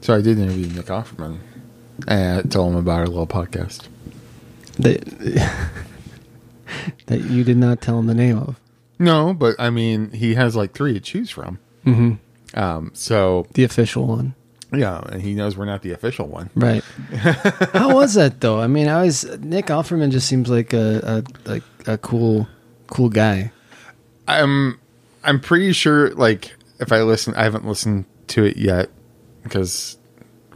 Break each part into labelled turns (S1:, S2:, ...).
S1: So I did interview Nick Offerman and I told him about our little podcast.
S2: That, that you did not tell him the name of.
S1: No, but I mean, he has like three to choose from.
S2: Mhm.
S1: Um, so
S2: The official one.
S1: yeah, and he knows we're not the official one.
S2: Right. How was that though? I mean, I was Nick Offerman just seems like a, a like a cool cool guy.
S1: I'm I'm pretty sure like if I listen I haven't listened to it yet because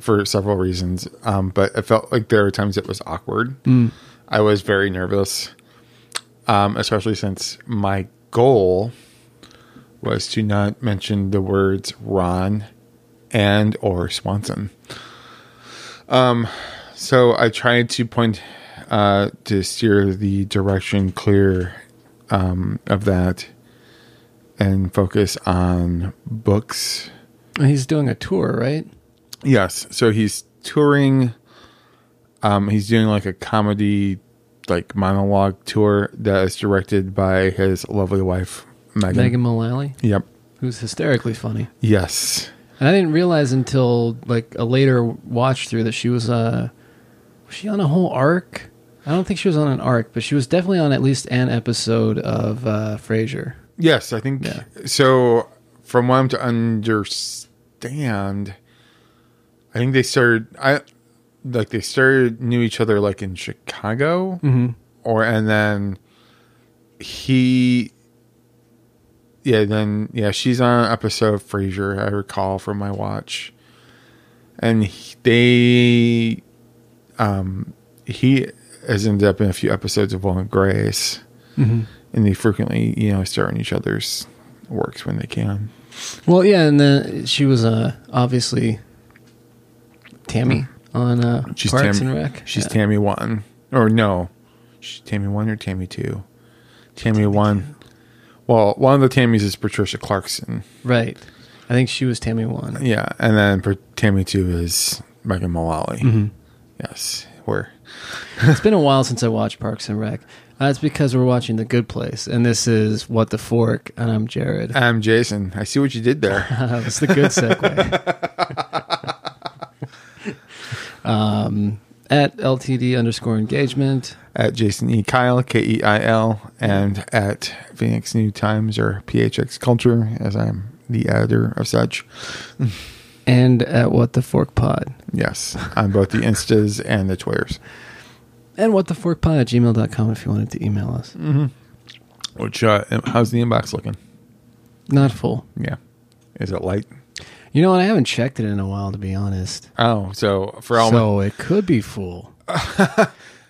S1: for several reasons. Um but it felt like there were times it was awkward. I was very nervous. Um especially since my goal was to not mention the words Ron and or Swanson. Um so I tried to point uh to steer the direction clear um of that and focus on books.
S2: He's doing a tour, right?
S1: Yes. So he's touring. Um, he's doing like a comedy, like monologue tour that is directed by his lovely wife, Megan.
S2: Megan Mullally,
S1: Yep.
S2: who's hysterically funny.
S1: Yes.
S2: And I didn't realize until like a later watch through that she was uh was she on a whole arc? I don't think she was on an arc, but she was definitely on at least an episode of uh Frasier.
S1: Yes. I think
S2: Yeah.
S1: so. From what I'm to understand, I think they started. I like they started knew each other like in Chicago.
S2: Mm-hmm.
S1: or and then he yeah then yeah she's on an episode of frasier i recall from my watch and he- they um he has ended up in a few episodes of will and grace
S2: Mm-hmm.
S1: and they frequently you know start in each other's works when they can
S2: Well, yeah, and then she was uh, obviously Tammy on uh,
S1: she's
S2: Parks
S1: tammy
S2: and Rec.
S1: she's
S2: yeah.
S1: tammy one or no she's tammy one or tammy two tammy, one well one of the tammys is patricia clarkson
S2: right. I think she was Tammy one.
S1: Yeah, and then for Tammy two is Megan Mullally.
S2: Mm-hmm.
S1: Yes, where
S2: It's been a while since I watched Parks and Rec. That's because we're watching The Good Place, and this is What the Fork, and I'm Jared.
S1: I'm Jason. I see what you did there.
S2: That's the good segue. um, at LTD underscore engagement.
S1: at Jason E Kyle K E I L and at Phoenix New Times or PHX Culture as I'm the editor of such.
S2: And at What the Fork Pod.
S1: Yes, on both the Instas and the Twitters,
S2: And what the fork pod at gmail.com if you wanted to email us.
S1: Mm-hmm. which uh, how's the inbox looking?
S2: Not full.
S1: Yeah, is it light?
S2: You know what? I haven't checked it in a while, to be honest.
S1: Oh, so for all
S2: so it could be full.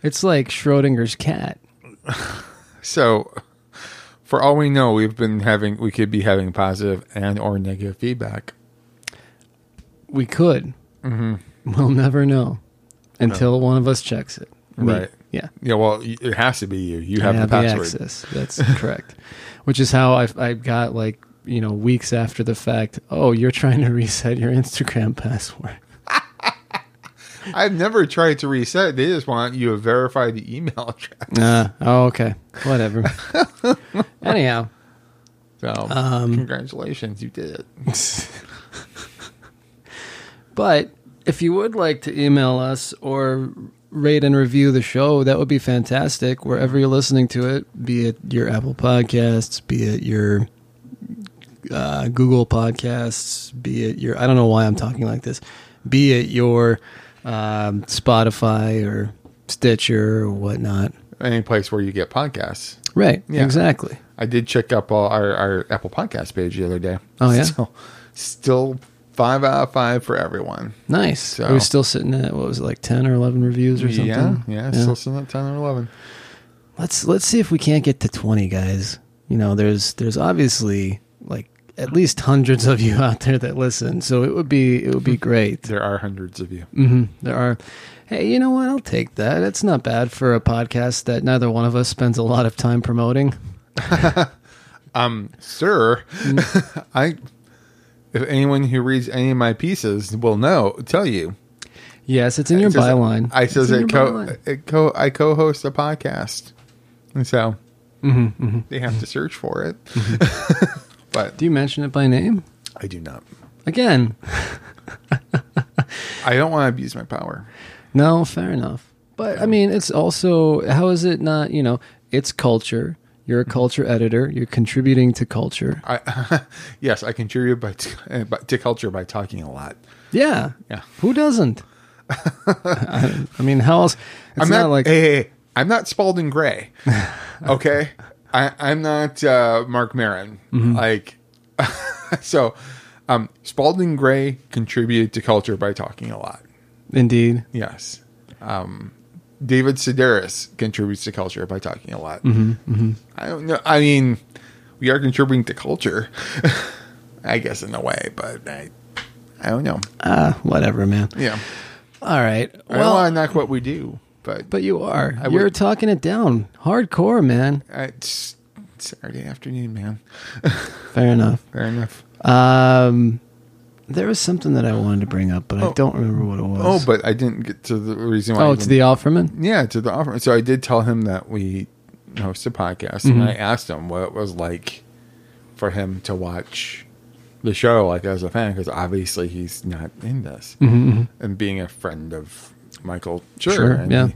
S2: it's like Schrodinger's cat.
S1: So, for all we know, we've been having we could be having positive and or negative feedback.
S2: We could. Mm-hmm. We'll never know until one of us checks it. Me.
S1: Right.
S2: Yeah.
S1: Yeah, well, y- it has to be you. You have
S2: I
S1: the
S2: have
S1: password.
S2: access. That's correct. Which is how I I got like you know weeks after the fact. Oh, you're trying to reset your Instagram password.
S1: I've never tried to reset. They just want you to verify the email address.
S2: Uh, oh, okay. Whatever. Anyhow.
S1: So,
S2: Um,
S1: congratulations, you did it.
S2: But if you would like to email us or rate and review the show, that would be fantastic. Wherever you're listening to it, be it your Apple Podcasts, be it your uh, Google Podcasts, be it your, I don't know why I'm talking like this, be it your um, Spotify or Stitcher or whatnot.
S1: Any place where you get podcasts.
S2: Right,
S1: Yeah.
S2: exactly.
S1: I did check up all our, our Apple Podcast page the other day.
S2: Oh, yeah?
S1: Still, still five out of five for everyone.
S2: Nice. Are we
S1: So-
S2: still sitting at, what was it, like 10 or 11 reviews or something?
S1: Yeah, yeah, still sitting at 10 or 11.
S2: Let's let's see if we can't get to twenty guys. You know, there's there's obviously like at least hundreds of you out there that listen, so it would be it would be great.
S1: There are hundreds of you.
S2: hmm There are, hey, you know what? I'll take that. It's not bad for a podcast that neither one of us spends a lot of time promoting.
S1: Um, sir, I. If anyone who reads any of my pieces will know, tell you
S2: Yes, it's in your
S1: It says-
S2: byline.
S1: I says
S2: It's in
S1: it
S2: your
S1: co,
S2: byline.
S1: it co I co-host a podcast, and so
S2: Mhm, mhm.
S1: they have to search for it. but
S2: Mm-hmm. Do you mention it by name
S1: I do not.
S2: again?
S1: I don't want to abuse my power.
S2: No, fair enough. But I mean, it's also how is it not? You know, it's culture. You're a
S1: Mm-hmm.
S2: culture editor. You're contributing to culture.
S1: I, yes, I contribute by t- uh, by- to culture by talking a lot.
S2: Yeah.
S1: Yeah.
S2: Who doesn't? I, I mean, how else? It's
S1: I'm
S2: not,
S1: not,
S2: like
S1: hey, hey, hey, I'm not Spalding Gray. okay, I, I'm not uh, Mark Maron.
S2: Mm-hmm.
S1: Like, so um, Spalding Gray contributed to culture by talking a lot.
S2: indeed.
S1: Yes. Um, David Sedaris contributes to culture by talking a lot.
S2: Mm-hmm,
S1: I don't know. I mean, we are contributing to culture, I guess, in a way, but I, I don't know.
S2: Ah, whatever, man.
S1: Yeah.
S2: All right.
S1: I don't
S2: Well,
S1: want to knock what we do, but,
S2: but you are.
S1: I
S2: You're
S1: would-
S2: talking it down hardcore, man.
S1: uh, it's Saturday afternoon, man.
S2: Fair enough.
S1: Fair enough.
S2: Um, there was something that I wanted to bring up, but I don't remember what it
S1: Oh,
S2: was.
S1: but I didn't get to the reason why. I
S2: oh, to
S1: even-
S2: the Offerman.
S1: yeah, to the offer. So I did tell him that we host a podcast, and
S2: Mm-hmm.
S1: I asked him what it was like for him to watch the show, like as a fan, because obviously he's not in this, and being a friend of Michael, sure,
S2: Mm-hmm, Sure,
S1: and
S2: yeah.
S1: he-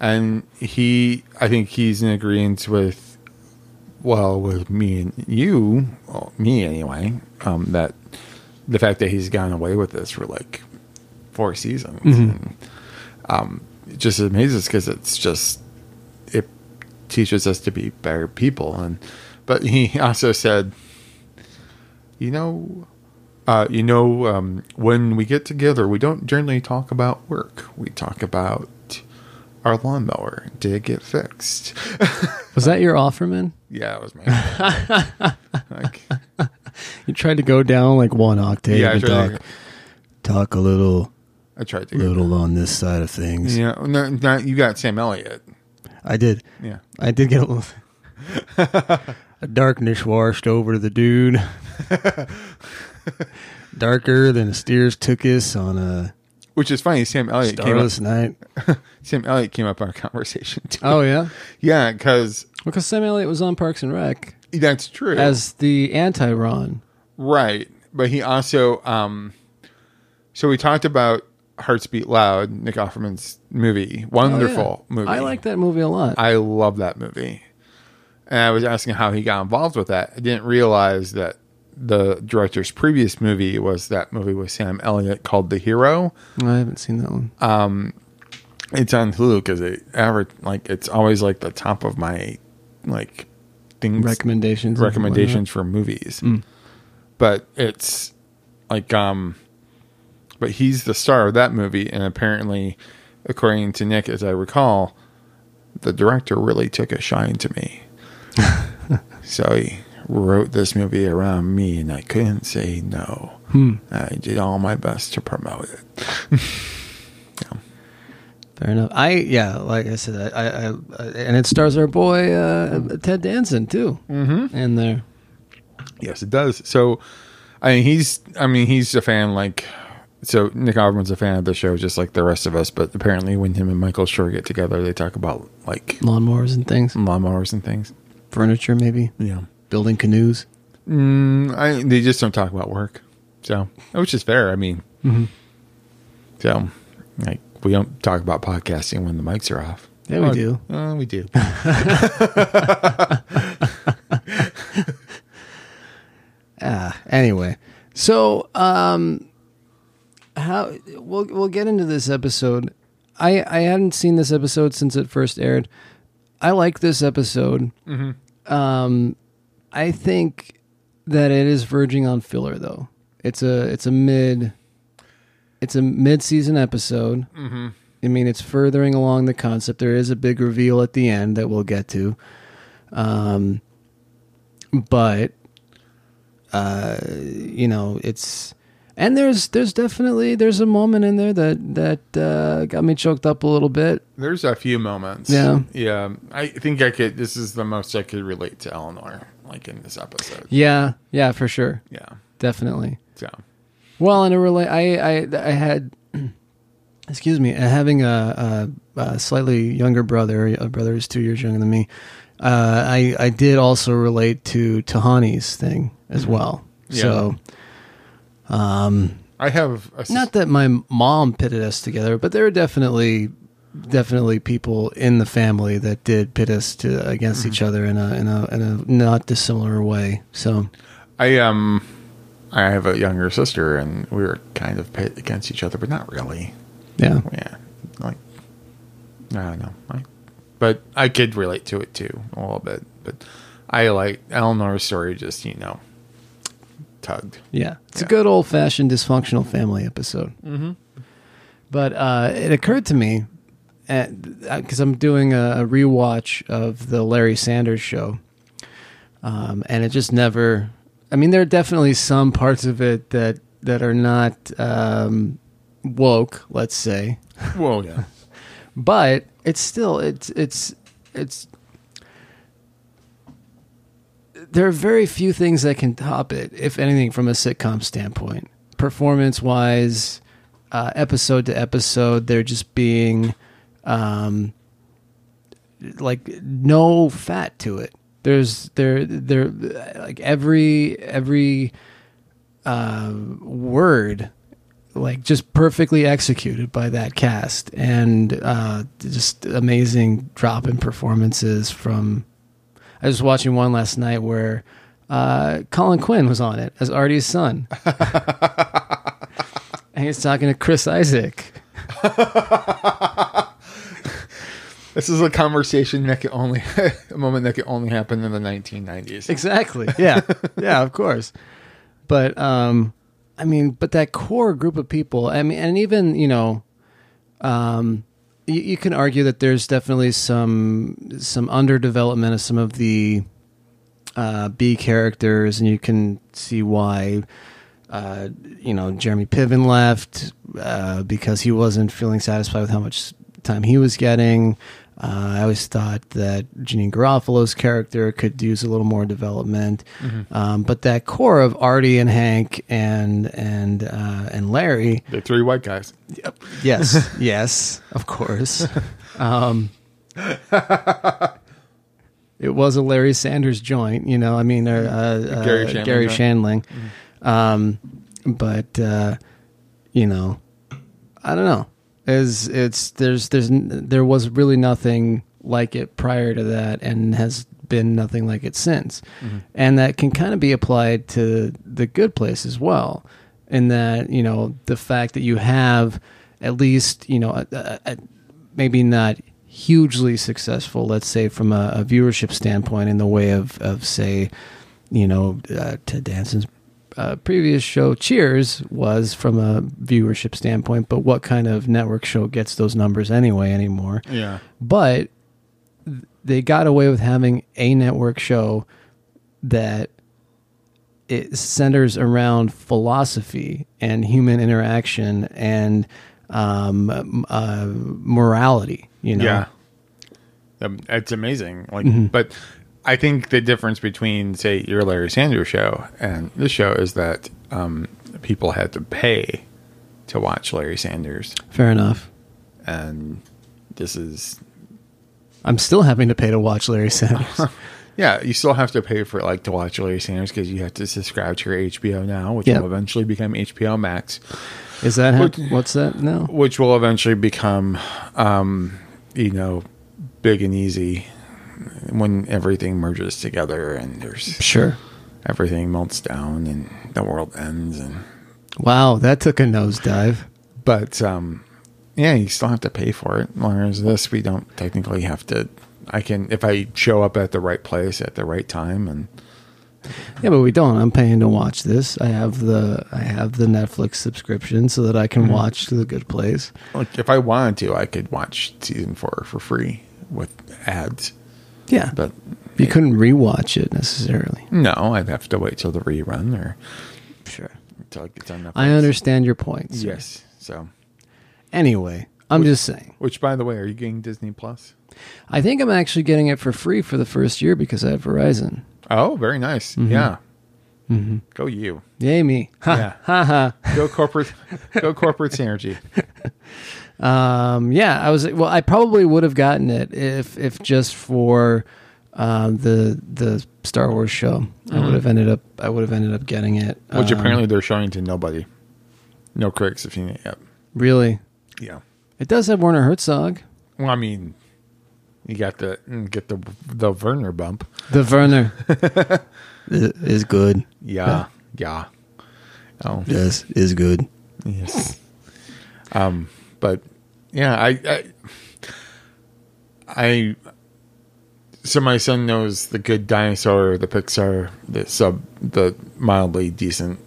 S1: and he, I think he's in agreement with, well, with me and you, well, me anyway, um, that the fact that he's gone away with this for like four seasons. And, Um, it just amazes because it's just it teaches us to be better people and but he also said you know uh, you know um, when we get together we don't generally talk about work we talk about our lawnmower did it get fixed
S2: Was that your Offerman?
S1: yeah it was my like
S2: You tried to go down like one octave
S1: yeah I
S2: and
S1: tried,
S2: talk,
S1: to,
S2: talk a little,
S1: I tried to
S2: little on this side of things.
S1: yeah no, not, you got sam elliott
S2: I did.
S1: yeah
S2: I did get a little. a darkness washed over the dude. Darker than a steer's tuchus on a
S1: which is funny sam elliott Oh, came up,
S2: starless night.
S1: sam elliott came up on our conversation too.
S2: Oh yeah,
S1: yeah because
S2: because Sam Elliott was on Parks and Rec
S1: that's true
S2: as the anti-Ron.
S1: Right. But he also um so we talked about Hearts Beat Loud, Nick Offerman's movie. Wonderful movie.
S2: Oh, I like that movie a lot.
S1: I love that movie. And I was asking how he got involved with that. I didn't realize that the director's previous movie was that movie with Sam Elliott called The Hero.
S2: I haven't seen that one.
S1: Um, It's on Hulu because it ever like it's always like the top of my like things
S2: recommendations. and
S1: recommendations for movies.
S2: Mm.
S1: But it's like um but he's the star of that movie and apparently according to Nick as I recall the director really took a shine to me. so he wrote this movie around me and I couldn't say no.
S2: Hmm.
S1: I did all my best to promote it.
S2: whatnot. Fair enough. I yeah, like I said, I, I, I and it stars our boy uh, Ted Danson too mm-hmm. in there.
S1: Yes, it does. So, I mean, he's I mean he's a fan like so Nick Offerman's a fan of the show, just like the rest of us. But apparently, when him and Michael Shore get together, they talk about like
S2: Lawnmowers and things,
S1: lawnmowers and things.
S2: furniture maybe,
S1: Yeah,
S2: building canoes.
S1: mm, I, they just don't talk about work. So, which is fair. I mean,
S2: Mm-hmm.
S1: so like we don't talk about podcasting when the mics are off.
S2: Yeah, we
S1: Oh,
S2: do.
S1: oh, we do.
S2: Ah, anyway, so um, how we'll we'll get into this episode. I I hadn't seen this episode since it first aired. I like this episode. Um, I think that it is verging on filler, though. It's a it's a mid it's a mid season episode. Mm-hmm. I mean, it's furthering along the concept. There is a big reveal at the end that we'll get to. Um, but uh, you know it's and there's there's definitely there's a moment in there that that uh, got me choked up a little bit
S1: There's a few moments.
S2: Yeah.
S1: yeah. I think I could. This is the most I could relate to Eleanor, like in this episode.
S2: yeah yeah for sure
S1: Yeah.
S2: definitely
S1: So
S2: well and a relate i i i had excuse me uh, having a, a, a slightly younger brother a brother who's two years younger than me uh, i i did also
S1: Mm-hmm.
S2: relate to tahani's thing as well
S1: Yeah.
S2: so um
S1: I have a,
S2: Not that my mom pitted us together, but there were definitely definitely people in the family that did pit us to against
S1: Mm-hmm.
S2: each other in a in a in a not dissimilar way. So
S1: I um I have a younger sister and we were kind of pit against each other, but not really.
S2: yeah.
S1: Yeah. Like I don't know. I, but I could relate to it too a little bit. But I like Eleanor's story just, you know, tugged.
S2: Yeah. It's
S1: Yeah.
S2: a good old fashioned dysfunctional family episode. Mm-hmm. But uh, it occurred to me, because I'm doing a, a rewatch of the Larry Sanders show, um, and it just never. I mean, there are definitely some parts of it that, that are not um, woke, let's say
S1: Well, yeah.
S2: but it's still it's it's it's there are very few things that can top it if anything from a sitcom standpoint performance wise uh, episode to episode there just being um like no fat to it there's there there like every every uh word like just perfectly executed by that cast and uh, just amazing drop in performances from i was watching one last night where uh, colin quinn was on it as artie's son and he's talking to chris isaac
S1: This is a conversation that could only a moment that could only happen in the 1990s.
S2: Exactly. Yeah. yeah, of course. But um I mean, but that core group of people, I mean, and even, you know, um you, you can argue that there's definitely some some underdevelopment of some of the uh B characters and you can see why uh, you know, Jeremy Piven left uh, because he wasn't feeling satisfied with how much time he was getting. Uh, I always thought that Janine Garofalo's character could use a little more development, um, but that core of Artie and Hank and and uh, and Larry,
S1: The three white guys.
S2: yes, yes, of course. Um, it was a Larry Sanders joint, you know. I mean, or, uh, uh,
S1: Gary
S2: Gary
S1: Shandling joint.
S2: Shandling. Um, but uh, you know, I don't know. Is it's there's there's n- there was really nothing like it prior to that, and has been nothing like it since. And that can kind of be applied to the good place as well, in that you know the fact that you have at least you know a, a, a, maybe not hugely successful, let's say from a, a viewership standpoint, in the way of of say, you know, uh, Ted Danson's uh, previous show, Cheers, was from a viewership standpoint. But what kind of network show gets those numbers anyway anymore?
S1: Yeah.
S2: But th- they got away with having a network show that it centers around philosophy and human interaction and um, m- uh, morality. You know,
S1: Yeah. Um, it's amazing. Like,
S2: Mm-hmm.
S1: but I think the difference between, say, your Larry Sanders show and this show is that um, people had to pay to watch Larry Sanders,
S2: fair enough.
S1: and this is,
S2: I'm still having to pay to watch Larry Sanders.
S1: yeah, you still have to pay for like to watch Larry Sanders because you have to subscribe to your HBO now, which
S2: Yeah.
S1: will eventually become HBO Max,
S2: Is that
S1: What-
S2: how, what's that now?
S1: which will eventually become, um, you know, big and easy when everything merges together and there's
S2: Sure.
S1: everything melts down and the world ends and
S2: Wow, that took a nosedive.
S1: but um yeah you still have to pay for it whereas this we don't technically have to i can if i show up at the right place at the right time and
S2: Yeah, but we don't. I'm paying to watch this. I have the I have the Netflix subscription so that I can watch The Good Place.
S1: like if i wanted to i could watch season four for free with ads
S2: Yeah,
S1: but
S2: you couldn't rewatch it necessarily.
S1: no i'd have to wait till the rerun or
S2: Sure.
S1: until it gets on Netflix.
S2: I understand your point. sir.
S1: yes so
S2: Anyway, I'm just saying.
S1: which by the way are you getting disney plus
S2: I think I'm actually getting it for free for the first year because I have Verizon.
S1: oh very nice yeah go you
S2: Mm-hmm. Yay me. Ha
S1: Yeah.
S2: ha ha.
S1: go corporate go corporate synergy
S2: Um, yeah, I was well. I probably would have gotten it if if just for um, the the Star Wars show. I would have ended up. I would have ended up getting it.
S1: Mm-hmm. which
S2: Um,
S1: apparently they're showing to nobody. No critics opinion yet.
S2: Really?
S1: Yeah.
S2: It does have Werner Herzog.
S1: Well, I mean, you got the mm, get the the Werner bump.
S2: The Werner is is good.
S1: Yeah. Yeah. Oh
S2: Yes, is good.
S1: yes. Um, but yeah, I, I I so my son knows the good dinosaur, the Pixar, the sub, the mildly decent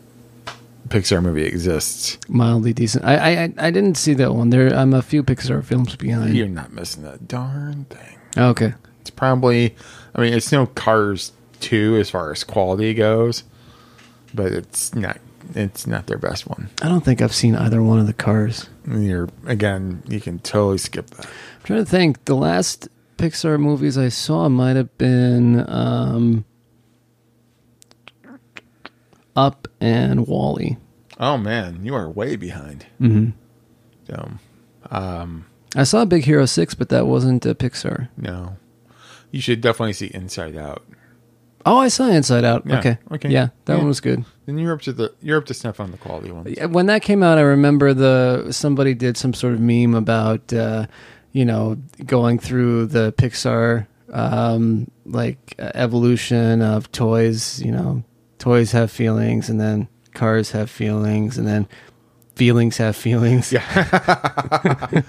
S1: Pixar movie exists.
S2: Mildly decent. I, I I- I didn't see that one. There, I'm a few Pixar films behind.
S1: You're not missing a darn thing.
S2: Oh, Okay.
S1: It's probably, I mean, it's no Cars two as far as quality goes, but it's not. It's not their best one.
S2: I don't think I've seen either one of the cars.
S1: You're again. You can totally skip that.
S2: I'm trying to think. The last Pixar movies I saw might have been um, Up and Wally.
S1: Oh man, you are way behind.
S2: Mm-hmm.
S1: So um,
S2: I saw Big Hero Six, but that wasn't a Pixar.
S1: no, you should definitely see Inside Out.
S2: Oh, I saw Inside Out.
S1: Yeah,
S2: Okay,
S1: okay.
S2: yeah, that
S1: Yeah.
S2: one was good.
S1: Then you're up to the you're up to snuff on the quality ones.
S2: Yeah, When that came out, I remember the somebody did some sort of meme about uh, you know going through the Pixar um, like uh, evolution of toys. You know, toys have feelings, and then cars have feelings, and then feelings have feelings.
S1: Yeah.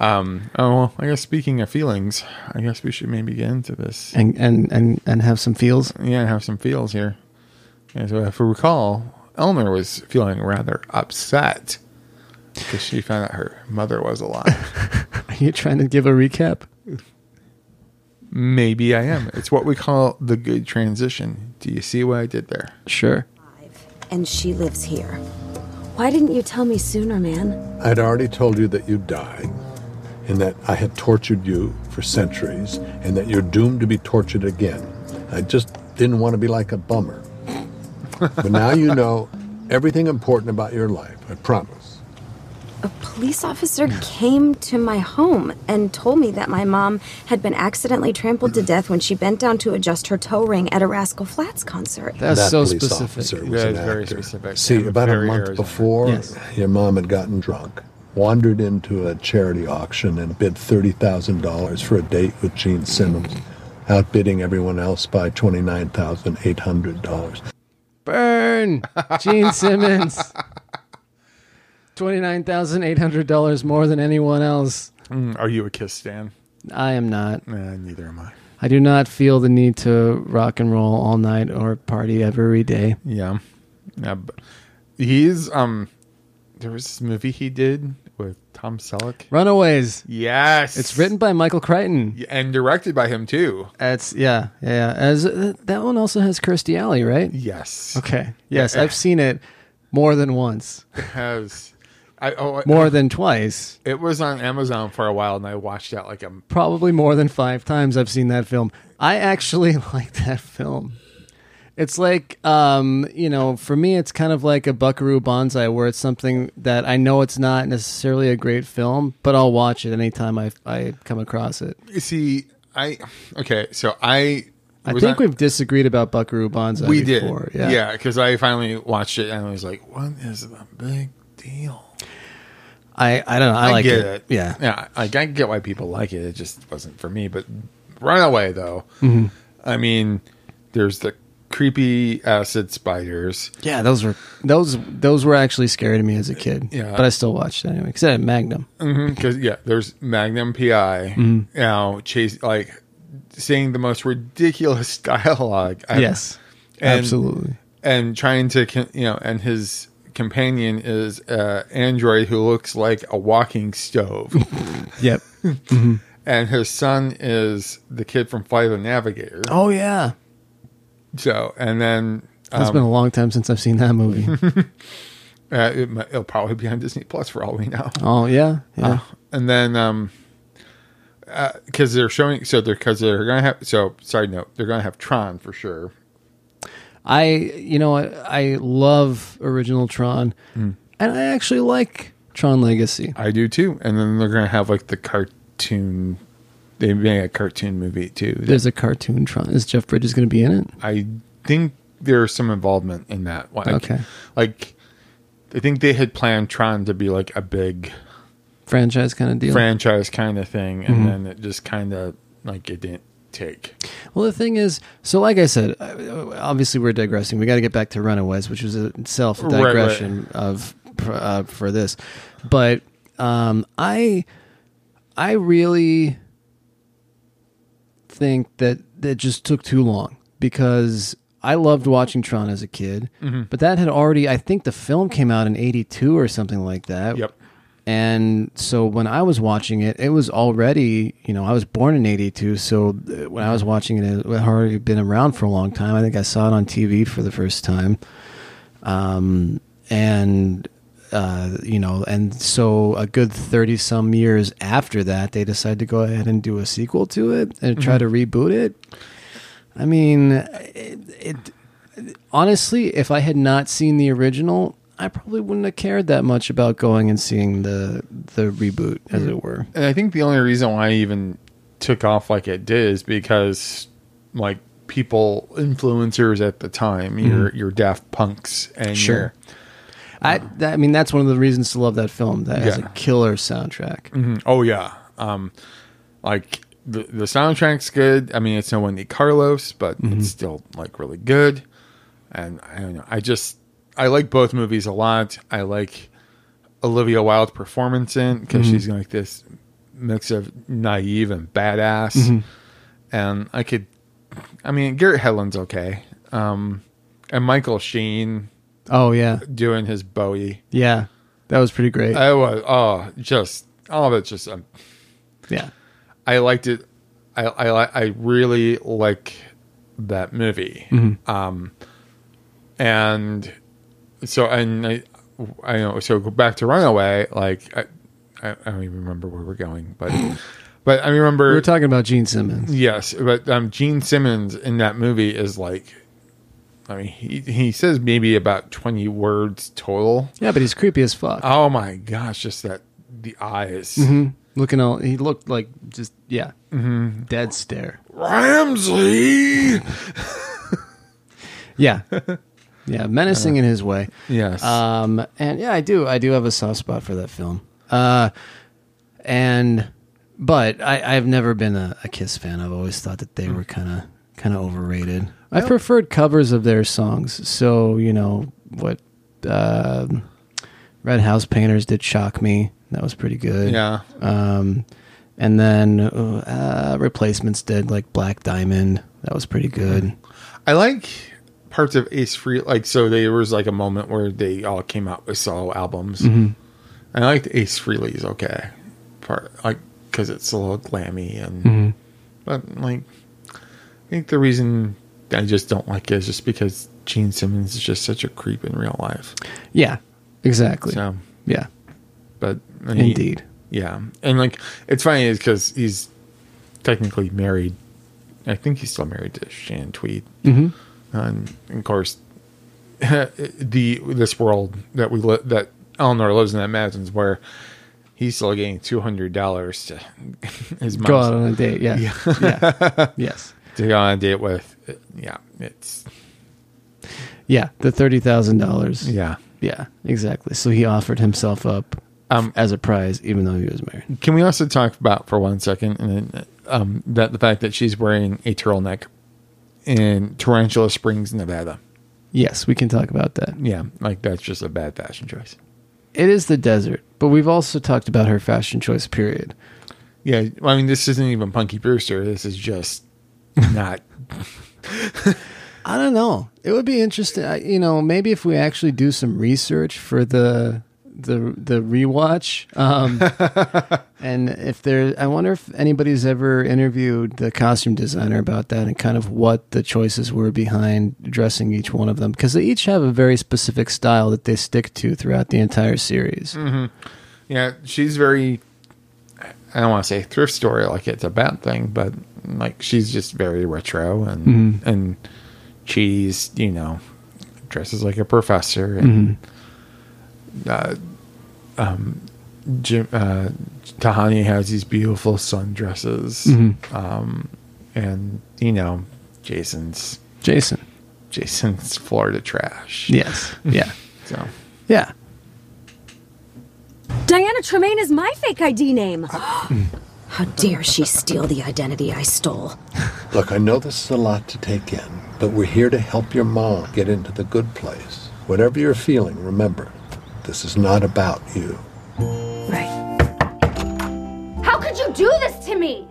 S1: Um. Oh well. I guess speaking of feelings, I guess we should maybe get into this.
S2: And, and and and have some feels.
S1: yeah, have some feels here. And so, if we recall, Elmer was feeling rather upset because she found out her mother was alive.
S2: Are you trying to give a recap?
S1: Maybe I am. It's what we call the good transition. Do you see what I did there?
S2: Sure.
S3: and she lives here. Why didn't you tell me sooner, man?
S4: I'd already told you that you'd die, and that I had tortured you for centuries, and that you're doomed to be tortured again. I just didn't want to be like a bummer. but now you know everything important about your life, I promise.
S3: A police officer came to my home and told me that my mom had been accidentally trampled to death when she bent down to adjust her toe ring at a Rascal Flats concert.
S2: That's
S4: that
S2: so
S4: police
S2: specific.
S4: officer was
S1: That
S4: an
S1: is very
S4: actor.
S1: specific.
S4: See,
S1: I'm
S4: about a
S1: very
S4: month
S1: Arizona.
S4: before,
S2: Yes.
S4: your mom had gotten drunk, wandered into a charity auction, and bid thirty thousand dollars for a date with Gene Simmons, outbidding everyone else by twenty nine thousand eight hundred dollars.
S2: Burn, Gene Simmons. Twenty nine thousand eight hundred dollars more than anyone else.
S1: Mm, are you a Kiss fan?
S2: I am not.
S1: Nah, neither am I.
S2: I do not feel the need to rock and roll all night or party every day.
S1: Yeah. yeah but he's um. There was this movie he did with Tom Selleck.
S2: Runaways.
S1: Yes,
S2: It's written by Michael Crichton.
S1: and directed by him too.
S2: That's yeah, yeah. yeah. As uh, that one also has Kirstie Alley, right?
S1: Yes.
S2: Okay. Yes, I've seen it more than once,
S1: Has. I, oh, I-
S2: more than twice,
S1: It was on Amazon for a while, and I watched that like a.
S2: probably more than five times. I've seen that film. I actually like that film. It's like, um, you know, for me, it's kind of like a Buckaroo Banzai, where it's something that I know it's not necessarily a great film, but I'll watch it anytime I I come across it.
S1: You see, I okay, so I.
S2: I
S1: was
S2: think
S1: on-
S2: we've disagreed about Buckaroo Banzai.
S1: we
S2: before.
S1: did, yeah, because I finally watched it and I was like, "What is the big deal?"
S2: I, I don't know. I, like
S1: get
S2: it. Yeah,
S1: yeah, like I get why people like it. It just wasn't for me. But Runaway, though,
S2: Mm-hmm.
S1: I mean, there's the creepy acid spiders.
S2: yeah. Those were those those were actually scary to me as a kid.
S1: Yeah.
S2: but I still watched it anyway. Because I had Magnum.
S1: because Mm-hmm, yeah, there's Magnum PI
S2: Mm-hmm.
S1: now chase like saying the most ridiculous dialogue. I've-
S2: yes,
S1: and-
S2: absolutely.
S1: and trying to con- you know, and his companion is uh, android who looks like a walking stove,
S2: Yep. Mm-hmm.
S1: and his son is the kid from Flight of the Navigator.
S2: oh yeah.
S1: So and then.
S2: It's
S1: Um,
S2: been a long time since I've seen that movie.
S1: uh, it, might- it'll probably be on Disney Plus for all we know. Uh,
S2: oh yeah, yeah.
S1: and then um because they're showing so they're because they're gonna have so side note they're gonna have tron for sure
S2: I you know I, I love original Tron,
S1: Hmm.
S2: and I actually like Tron Legacy.
S1: i do too and then they're gonna have like the cartoon they made a cartoon movie too
S2: There's a cartoon Tron. Is Jeff Bridges going to be in it?
S1: i think there's some involvement in that like,
S2: Okay.
S1: like I think they had planned Tron to be like a big
S2: franchise kind of deal. Mm-hmm.
S1: franchise kind of thing, and then it just kind of like it didn't take.
S2: Well, the thing is, so like I said, I- obviously we're digressing. We got to get back to Runaways, which was itself a
S1: Right, right.
S2: digression of uh, for this. But um, I, I really think that that just took too long because I loved watching Tron as a kid, but that had already. I think the film came out in '82 or something like that.
S1: Yep.
S2: And so when I was watching it, it was already, you know, I was born in 82. So uh, when I was watching it, it had already been around for a long time. I think I saw it on TV for the first time. Um, and, uh, you know, and so a good 30 some years after that, they decided to go ahead and do a sequel to it and try
S1: Mm-hmm.
S2: to reboot it. I mean, it, it honestly, if I had not seen the original, I probably wouldn't have cared that much about going and seeing the the reboot, as it were.
S1: And I think the only reason why I even took off like it did is because like people influencers at the time, your your Daft Punks and
S2: Mm-hmm. Sure.
S1: your-
S2: I that, I mean, that's one of the reasons to love that film. That has
S1: Yeah.
S2: a killer soundtrack.
S1: Mhm. oh yeah, um, like the the soundtrack's good. I mean, it's no Wendy Carlos, but
S2: Mm-hmm.
S1: it's still like really good. And I don't know. I just I like both movies a lot. I like Olivia Wilde's performance in because
S2: Mm-hmm.
S1: she's like this mix of naive and badass.
S2: Mm-hmm.
S1: And I could, I mean, Garrett Hedlund's okay. Um, and Michael Sheen
S2: Oh yeah,
S1: doing his Bowie.
S2: yeah, that was pretty great.
S1: I was oh just all of it just. Um,
S2: yeah,
S1: I liked it. I I, li- I really like that movie. Um, and so and I I know so go back to Runaway. Like I, I, I don't even remember where we're going, but but I remember
S2: we were talking about Gene Simmons.
S1: Yes, but um, Gene Simmons in that movie is like, I mean, he he says maybe about twenty words total.
S2: Yeah, but he's creepy as fuck.
S1: Oh my gosh, just that the eyes,
S2: Mm-hmm. Looking all, he looked like just yeah,
S1: Mm-hmm.
S2: dead stare.
S1: Ramsey.
S2: Yeah, yeah, menacing in his way.
S1: Yes,
S2: Um, and yeah, I do. I do have a soft spot for that film. Uh, and but I, I've never been a, a Kiss fan. I've always thought that
S1: Hmm.
S2: they were kind of kind of overrated. I preferred covers of their songs. So you know what, um Red House Painters did shock me. That was pretty good.
S1: yeah,
S2: Um, and then uh, replacements did like Black Diamond. That was pretty
S1: Hmm.
S2: good.
S1: I like parts of Ace Free. Like so, there was like a moment where they all came out with solo albums.
S2: Mm-hmm.
S1: And I liked Ace Frehley's okay part, like because it's a little glammy and,
S2: Mm-hmm.
S1: but like, I think the reason I just don't like it is just because Gene Simmons is just such a creep in real life.
S2: Yeah, exactly.
S1: So,
S2: Yeah,
S1: but and he-
S2: indeed.
S1: yeah, and like it's funny is because he's technically married. I think he's still married to Shan Tweed.
S2: Mhm.
S1: and, and of course, the this world that we li- that Eleanor lives in that imagines where he's still getting two hundred dollars to his
S2: go
S1: mom
S2: out on a date. Yeah. Yeah. yes.
S1: to go on a date with. Yeah, it's
S2: Yeah. The thirty thousand dollars.
S1: yeah.
S2: Yeah. Exactly. So he offered himself up
S1: Um,
S2: as a prize, even though he was married.
S1: Can we also talk about for one second and then, um, that the fact that she's wearing a turtleneck in Tarantula Springs, Nevada?
S2: Yes, we can talk about that.
S1: Yeah, like that's just a bad fashion choice.
S2: It is the desert, but we've also talked about her fashion choice. Period.
S1: Yeah, I mean, this isn't even Punky Brewster. This is just not.
S2: I don't know. It would be interesting. I, you know, maybe if we actually do some research for the the the rewatch, um, and if there, I wonder if anybody's ever interviewed the costume designer about that and kind of what the choices were behind dressing each one of them because they each have a very specific style that they stick to throughout the entire series.
S1: Mm-hmm. yeah, she's very. I don't want to say thrift store like it's a bad thing, but like she's just very retro and
S2: Mm-hmm.
S1: and she's you know dresses like a professor and
S2: Mm-hmm.
S1: uh, um, Jim, uh, Tahani has these beautiful sundresses,
S2: Mm-hmm.
S1: um, and you know Jason's
S2: Jason,
S1: Jason's Florida trash.
S2: yes, yeah,
S1: So
S2: yeah.
S3: Tremaine is my fake ID name. How dare she steal the identity I stole?
S4: Look, I know this is a lot to take in, but we're here to help your mom get into the good place. Whatever you're feeling, remember, this is not about you.
S3: Right.
S5: How could you do this to me?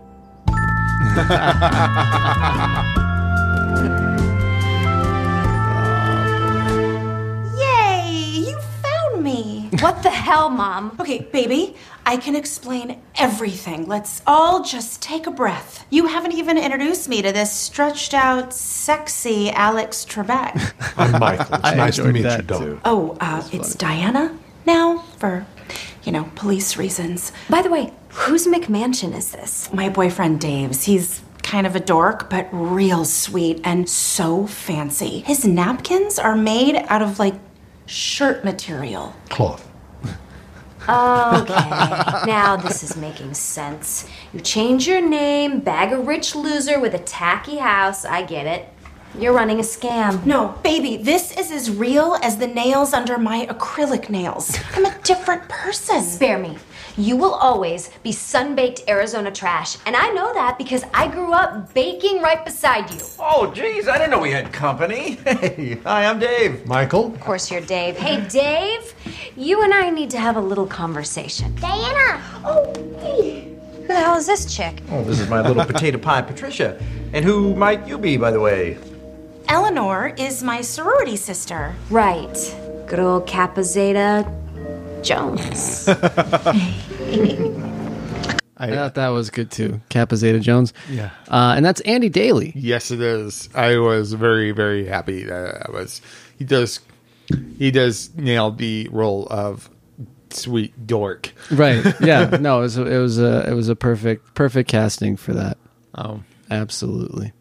S6: Yay! You found me!
S5: What the hell, Mom?
S6: Okay, baby, I can explain everything. Let's all just take a breath. You haven't even introduced me to this stretched out, sexy Alex Trebek.
S4: I'm Michael. It's nice to
S2: enjoyed
S4: meet you,
S2: that,
S4: Don.
S2: too.
S6: oh, uh, it's Diana now for, you know, police reasons.
S3: By the way, whose McMansion is this?
S6: My boyfriend Dave's, he's kind of a dork, but real sweet and so fancy. His napkins are made out of like shirt material.
S4: Cloth.
S3: Okay.
S5: Now this is making sense. You change your name, bag a rich loser with a tacky house. I get it. You're running a scam.
S6: No, baby, this is as real as the nails under my acrylic nails. I'm a different person.
S5: Spare me. You will always be sunbaked Arizona trash, and I know that because I grew up baking right beside you. Of
S7: Oh, geez, I didn't know we had company. Hey, hi, I'm Dave.
S4: Michael?
S5: course, you're Dave. Hey, Dave, you and I need to have a little conversation. Diana. Oh, hey. Who the hell is this chick?
S7: Oh, this is my little potato pie, Patricia. And who might you be, by the way?
S6: Eleanor is my sorority sister.
S5: Right. Good old Kappa Zeta Jones.
S1: I,
S2: I thought that was good too. Kappa Zeta Jones.
S1: Yeah.
S2: Uh, and that's Andy Daly.
S1: Yes, it is. I was very, very happy that I was. He does, he does nail the role of sweet dork.
S2: Right. Yeah. no, it was, it was a it was a perfect perfect casting for that.
S1: Um,
S2: Absolutely.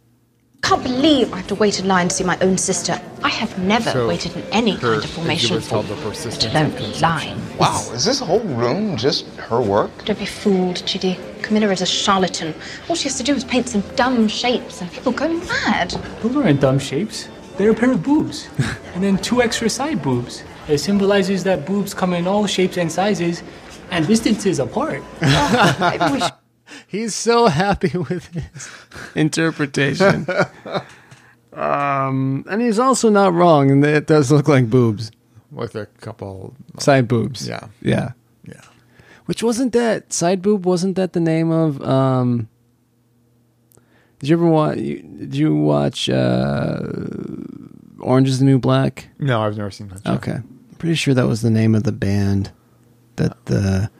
S8: Can't believe I have to wait in line to see my own sister. I have never
S1: So,
S8: waited in any
S1: her
S8: kind of formation
S1: exhibit's
S8: for
S1: called the persistence
S8: let alone
S1: of
S8: in
S1: consumption.
S8: line.
S9: Wow, is this whole room just her work?
S8: Don't be fooled, Judy. Camilla is a charlatan. All she has to do is paint some dumb shapes and people go mad.
S10: Those aren't dumb shapes. They're a pair of boobs. and then two extra side boobs. It symbolizes that boobs come in all shapes and sizes and distances apart.
S2: He's so happy with his interpretation. um, and he's also not wrong, and it does look like boobs,
S1: with a couple.
S2: side boobs.
S1: Yeah.
S2: yeah.
S1: Yeah,
S2: Which wasn't that side boob? Wasn't that the name of? um Did you ever watch? You, did you watch uh Orange Is the New Black?
S1: no, I've never seen that. show.
S2: Okay, pretty sure that was the name of the band that the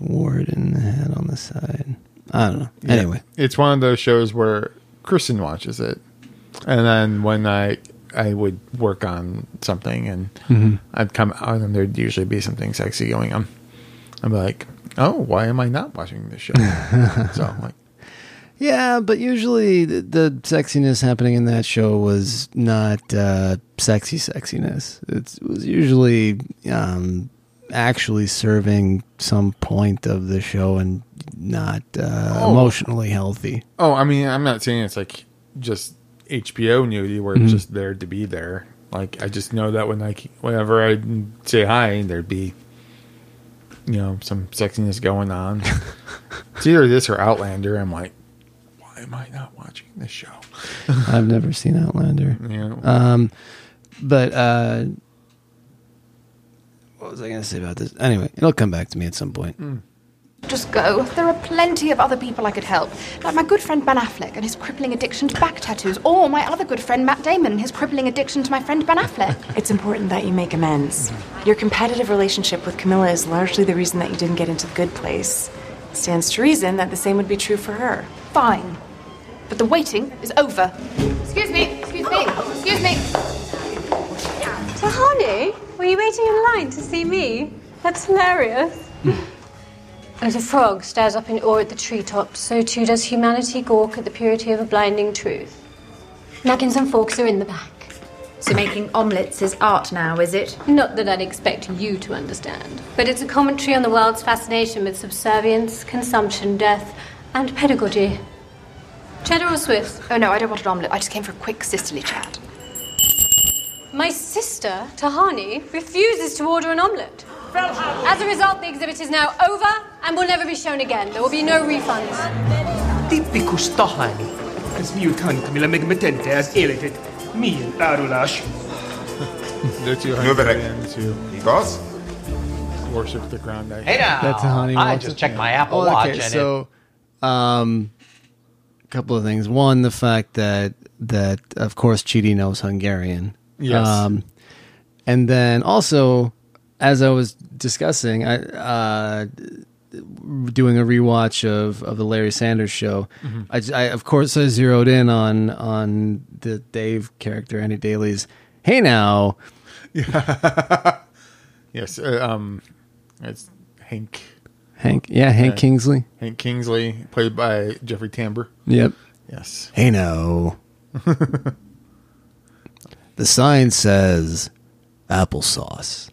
S2: warden had on the side. I don't know. Anyway,
S1: it's one of those shows where Kristen watches it, and then when I I would work on something and I'd come out and there'd usually be something sexy going on. I'm like, oh, why am I not watching this show? so I'm like,
S2: yeah, but usually the, the sexiness happening in that show was not uh, sexy sexiness. It's, it was usually um, actually serving some point of the show and not uh, emotionally healthy.
S1: oh, I mean, I'm not saying it's like just HBO nudie where
S2: Mm-hmm.
S1: it's just there to be there. Like I just know that when I whenever I say hi, there'd be you know some sexiness going on. it's either this or Outlander. I'm like, why am I not watching this show?
S2: I've never seen Outlander. Um,
S1: You know,
S2: But uh what was I going to say about this? Anyway, it'll come back to me at some point.
S8: Just go. There are plenty of other people I could help. Like my good friend Ben Affleck and his crippling addiction to back tattoos, or my other good friend Matt Damon and his crippling addiction to my friend Ben Affleck.
S11: It's important that you make amends. Your competitive relationship with Camilla is largely the reason that you didn't get into the good place. Stands to reason that the same would be true for her.
S8: Fine. But the waiting is over.
S5: Excuse me, excuse me, excuse me.
S12: Tahani, were you waiting in line to see me? That's hilarious. As a frog stares up in awe at the treetops, so too does humanity gawk at the purity of a blinding truth. Napkins and forks are in the back.
S5: So making omelets is art now, is it?
S12: Not that I'd expect you to understand, but it's a commentary on the world's fascination with subservience, consumption, death, and pedagogy. Cheddar or Swiss?
S8: Oh no, I don't want an omelette. I just came for a quick sisterly chat.
S12: My sister, Tahani, refuses to order an omelette. As a result, the exhibit is now over and will never be shown again. There will be no refunds.
S7: Tikustahan.
S10: Ez miután Camilla megmentette az életet, milyen árulás.
S1: They're too hungry and too.
S9: Igaz?
S1: Worship the ground. I
S7: Hey now,
S2: That's a honey.
S7: I
S2: walks
S7: just
S2: up-
S7: checked my Apple
S2: Oh,
S7: Watch
S2: Okay,
S7: and
S2: so, um, a couple of things. One, the fact that that of course Chidi knows Hungarian.
S1: Yes.
S2: Um, and then also, as I was discussing, I uh, doing a rewatch of of the Larry Sanders Show.
S13: Mhm.
S2: I, j- I- of course I zeroed in on on the Dave character Andy Daly's. Hey now,
S1: Yes. Uh, um, it's Hank.
S2: Hank. Yeah, Hank
S1: Uh,
S2: Kingsley.
S1: Hank Kingsley, played by Jeffrey Tambor.
S2: Yep.
S1: Yes.
S2: Hey now. the sign says applesauce.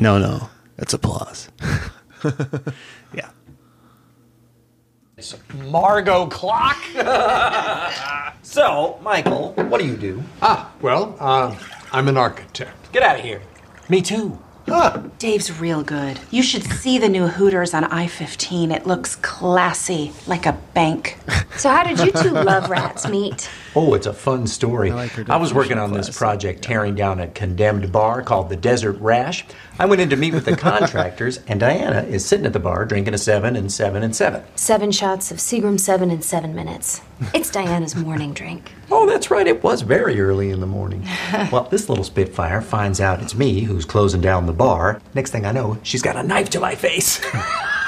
S2: no, no. That's applause. yeah.
S7: it's Margot Clock. so, Michael, what do you do?
S4: Ah, well, uh, I'm an architect.
S7: Get out of here. Me too.
S6: Dave's real good. You should see the new Hooters on I 15. It looks classy, like a bank.
S5: So, how did you two love rats meet?
S7: Oh, it's a fun story. I, was working on
S5: definition
S7: this project tearing down a condemned bar called the Desert Rash. I went in to meet with the contractors, and Diana is sitting at the bar drinking a seven and seven and seven.
S5: Seven shots of Seagram 7 in seven minutes. It's Diana's morning drink.
S7: Oh, that's right, it was very early in the morning. well, this little Spitfire finds out it's me who's closing down the bar. Next thing I know, she's got a knife to my face.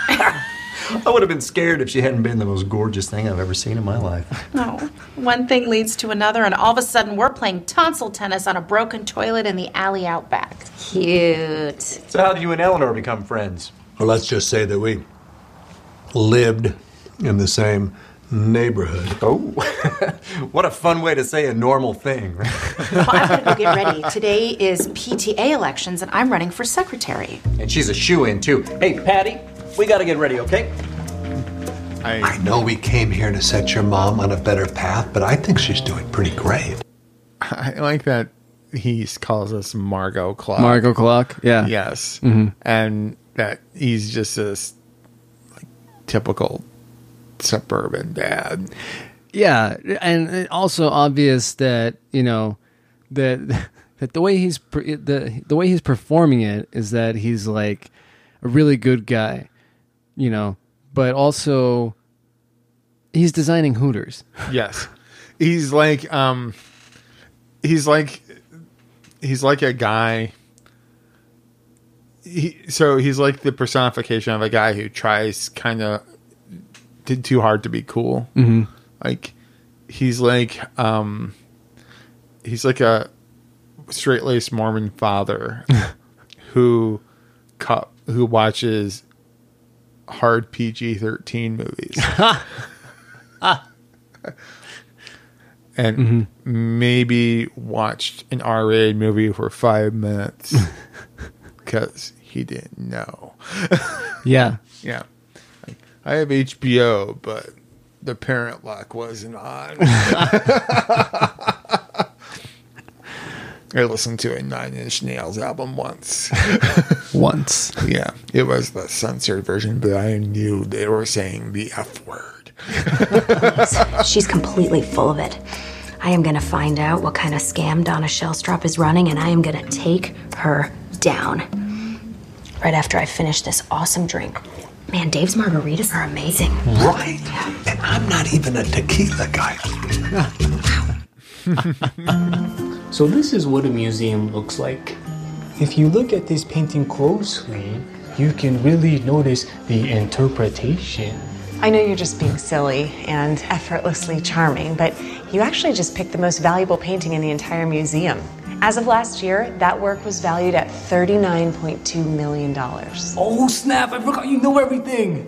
S7: I would have been scared if she hadn't been the most gorgeous thing I've ever seen in my life.
S6: No. One thing leads to another, and all of a sudden we're playing tonsil tennis on a broken toilet in the alley out back.
S5: Cute.
S7: So, how did you and Eleanor become friends?
S4: Well, let's just say that we lived in the same neighborhood.
S7: Oh. What a fun way to say a normal thing.
S6: Well, I've got to go get ready. Today is PTA elections, and I'm running for secretary.
S7: and she's a shoe in, too. Hey, Patty, we gotta get ready, okay?
S1: I,
S4: I know we came here to set your mom on a better path, but I think she's doing pretty great.
S1: I like that he calls us Margot Clock.
S2: Margot Clock. Yeah.
S1: Yes.
S2: Mhm.
S1: And that he's just this like, typical suburban dad.
S2: Yeah, and it also obvious that you know that that the way he's pre- the the way he's performing it is that he's like a really good guy, you know, but also he's designing Hooters.
S1: Yes. He's like um he's like he's like a guy he, so he's like the personification of a guy who tries kind of did too hard to be cool.
S2: Mhm.
S1: Like he's like um he's like a straight-laced Mormon father who co- who watches hard PG-13 movies. and
S2: Mm-hmm.
S1: maybe watched an R-rated movie for five minutes because he didn't know.
S2: Yeah.
S1: yeah. Like, I have HBO, but the parent lock wasn't on. I listened to a Nine Inch Nails album once.
S2: Once.
S1: Yeah, it was the censored version, but I knew they were saying the F word.
S5: She's completely full of it. I am gonna find out what kind of scam Donna Shellstrop is running, and I am gonna take her down. Right after I finish this awesome drink. Man, Dave's margaritas are amazing.
S4: Right? And I'm not even a tequila guy.
S10: So this is what a museum looks like. If you look at this painting closely, you can really notice the interpretation.
S13: I know you're just being silly and effortlessly charming, but you actually just picked the most valuable painting in the entire museum. As of last year, that work was valued at $39.2 million.
S10: Oh snap, I forgot you know everything.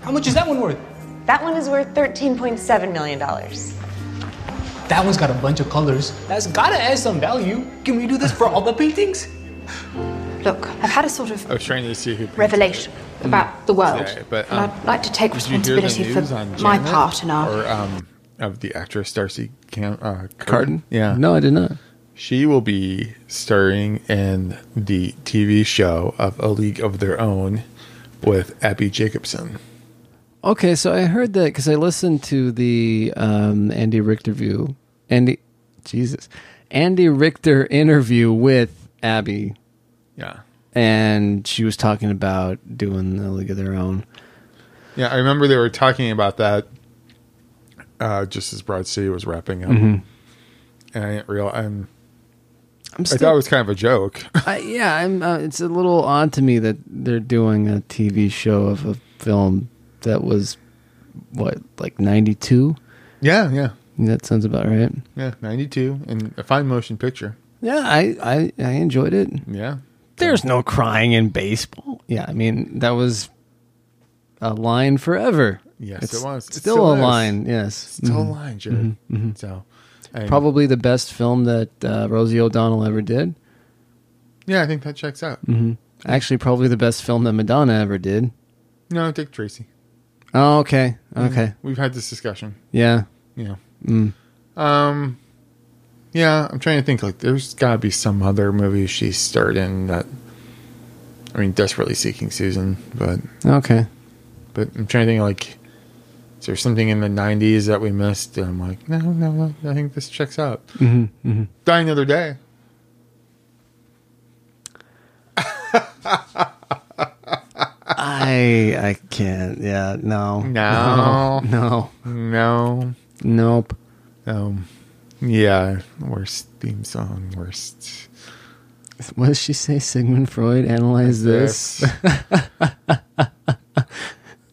S10: How much is that one worth?
S13: That one is worth $13.7 million.
S10: That one's got a bunch of colors. That's gotta add some value. Can we do this for all the paintings?
S8: Look, I've had a sort of
S1: I was trying to see who.
S8: revelation about the world.
S1: Today, but
S8: and
S1: um,
S8: I'd like to take
S1: did you hear the
S8: responsibility for
S1: news on
S8: my
S1: Janet?
S8: part in our
S1: or um of the actress Darcy Cam uh, Carden.
S2: Carden?
S1: Yeah,
S2: No, I did not.
S1: She will be starring in the TV show of A League of Their Own with Abby Jacobson.
S2: Okay, so I heard that because I listened to the um, Andy Richter view. Andy, Jesus, Andy Richter interview with Abby.
S1: Yeah.
S2: and she was talking about doing the League of Their Own.
S1: Yeah, I remember they were talking about that uh, just as Broad City was wrapping up,
S2: Mhm.
S1: and I didn't realize. I'm,
S2: I'm
S1: I thought
S2: still-
S1: it was kind of a joke.
S2: I, yeah, I'm. Uh, it's a little odd to me that they're doing a TV show of a film that was what like '92.
S1: Yeah, yeah,
S2: that sounds about right.
S1: Yeah, 92 and a fine motion picture.
S2: Yeah, I I, I enjoyed it.
S1: Yeah.
S2: There's no crying in baseball. Yeah, I mean that was a line forever.
S1: Yes,
S2: It's
S1: it was. It
S2: still,
S1: still
S2: a
S1: is.
S2: line. Yes,
S1: Still a line, Jared.
S2: Mhm, mhm.
S1: So, I-
S2: probably the best film that uh, Rosie O'Donnell ever did.
S1: Yeah, I think that checks out.
S2: Mm-hmm. Actually, probably the best film that Madonna ever did.
S1: No, Dick Tracy.
S2: Oh, okay, okay,
S1: We've had this discussion.
S2: yeah,
S1: Yeah.
S2: Mm.
S1: Um, yeah, I'm trying to think. Like, there's got to be some other movie she starred in that. I mean, desperately seeking Susan, but
S2: Okay.
S1: But I'm trying to think. Like, is there something in the '90s that we missed? And I'm like, no, no, no. I think this checks out.
S2: Mhm, mhm.
S1: Dying Another Day.
S2: I I can't. Yeah, no,
S1: No.
S2: no,
S1: no,
S2: nope.
S1: Um, yeah, worst theme song, worst.
S2: What does she say? Sigmund Freud analyze this.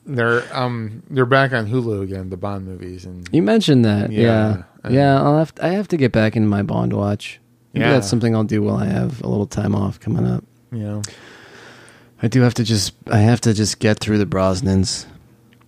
S1: they're um they're back on Hulu again, the Bond movies, and
S2: you mentioned that.
S1: Yeah,
S2: Yeah, Uh,
S1: I-
S2: yeah. I'll have to, I have to get back into my Bond watch. Maybe
S1: Yeah.
S2: that's something I'll do while I have a little time off coming up.
S1: you know
S2: I do have to just. I have to just get through the Brosnans.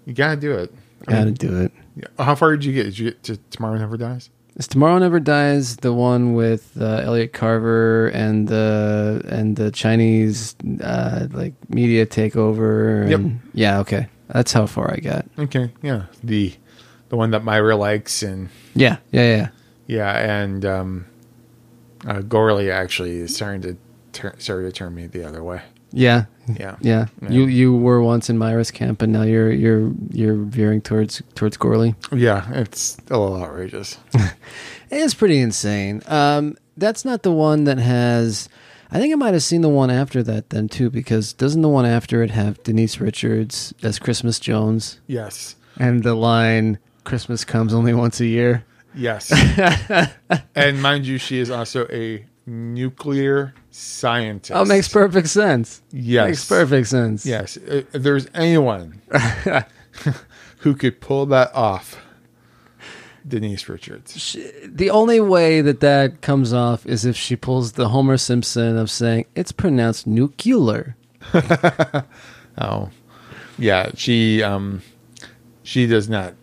S1: you gotta do it. I
S2: Got to
S1: mean,
S2: do it.
S1: yeah. How far did you get? Did you get to Tomorrow Never Dies?
S2: Is Tomorrow Never Dies the one with uh, Elliot Carver and the and the Chinese uh, like media takeover? And,
S1: Yep.
S2: Yeah. Okay. That's how far I got.
S1: Okay, yeah, the the one that Myra likes and
S2: Yeah. Yeah. Yeah.
S1: yeah, and um, uh, Gorley actually is starting to turn started to turn me the other way.
S2: Yeah.
S1: Yeah.
S2: Yeah.
S1: Yeah.
S2: You you were once in Myra's camp, and now you're you're you're veering towards towards Gorley.
S1: Yeah, it's a little outrageous.
S2: It's pretty insane. Um, that's not the one that has. I think I might have seen the one after that then too, because doesn't the one after it have Denise Richards as Christmas Jones?
S1: Yes.
S2: And the line "Christmas comes only once a year."
S1: Yes. and mind you, she is also a nuclear scientist.
S2: Oh, makes perfect sense.
S1: Yes.
S2: makes perfect sense.
S1: Yes. Uh, If there's anyone who could pull that off, Denise Richards.
S2: The only way that that comes off is if she pulls the Homer Simpson of saying it's pronounced nuclear.
S1: oh, yeah. She um, she does not.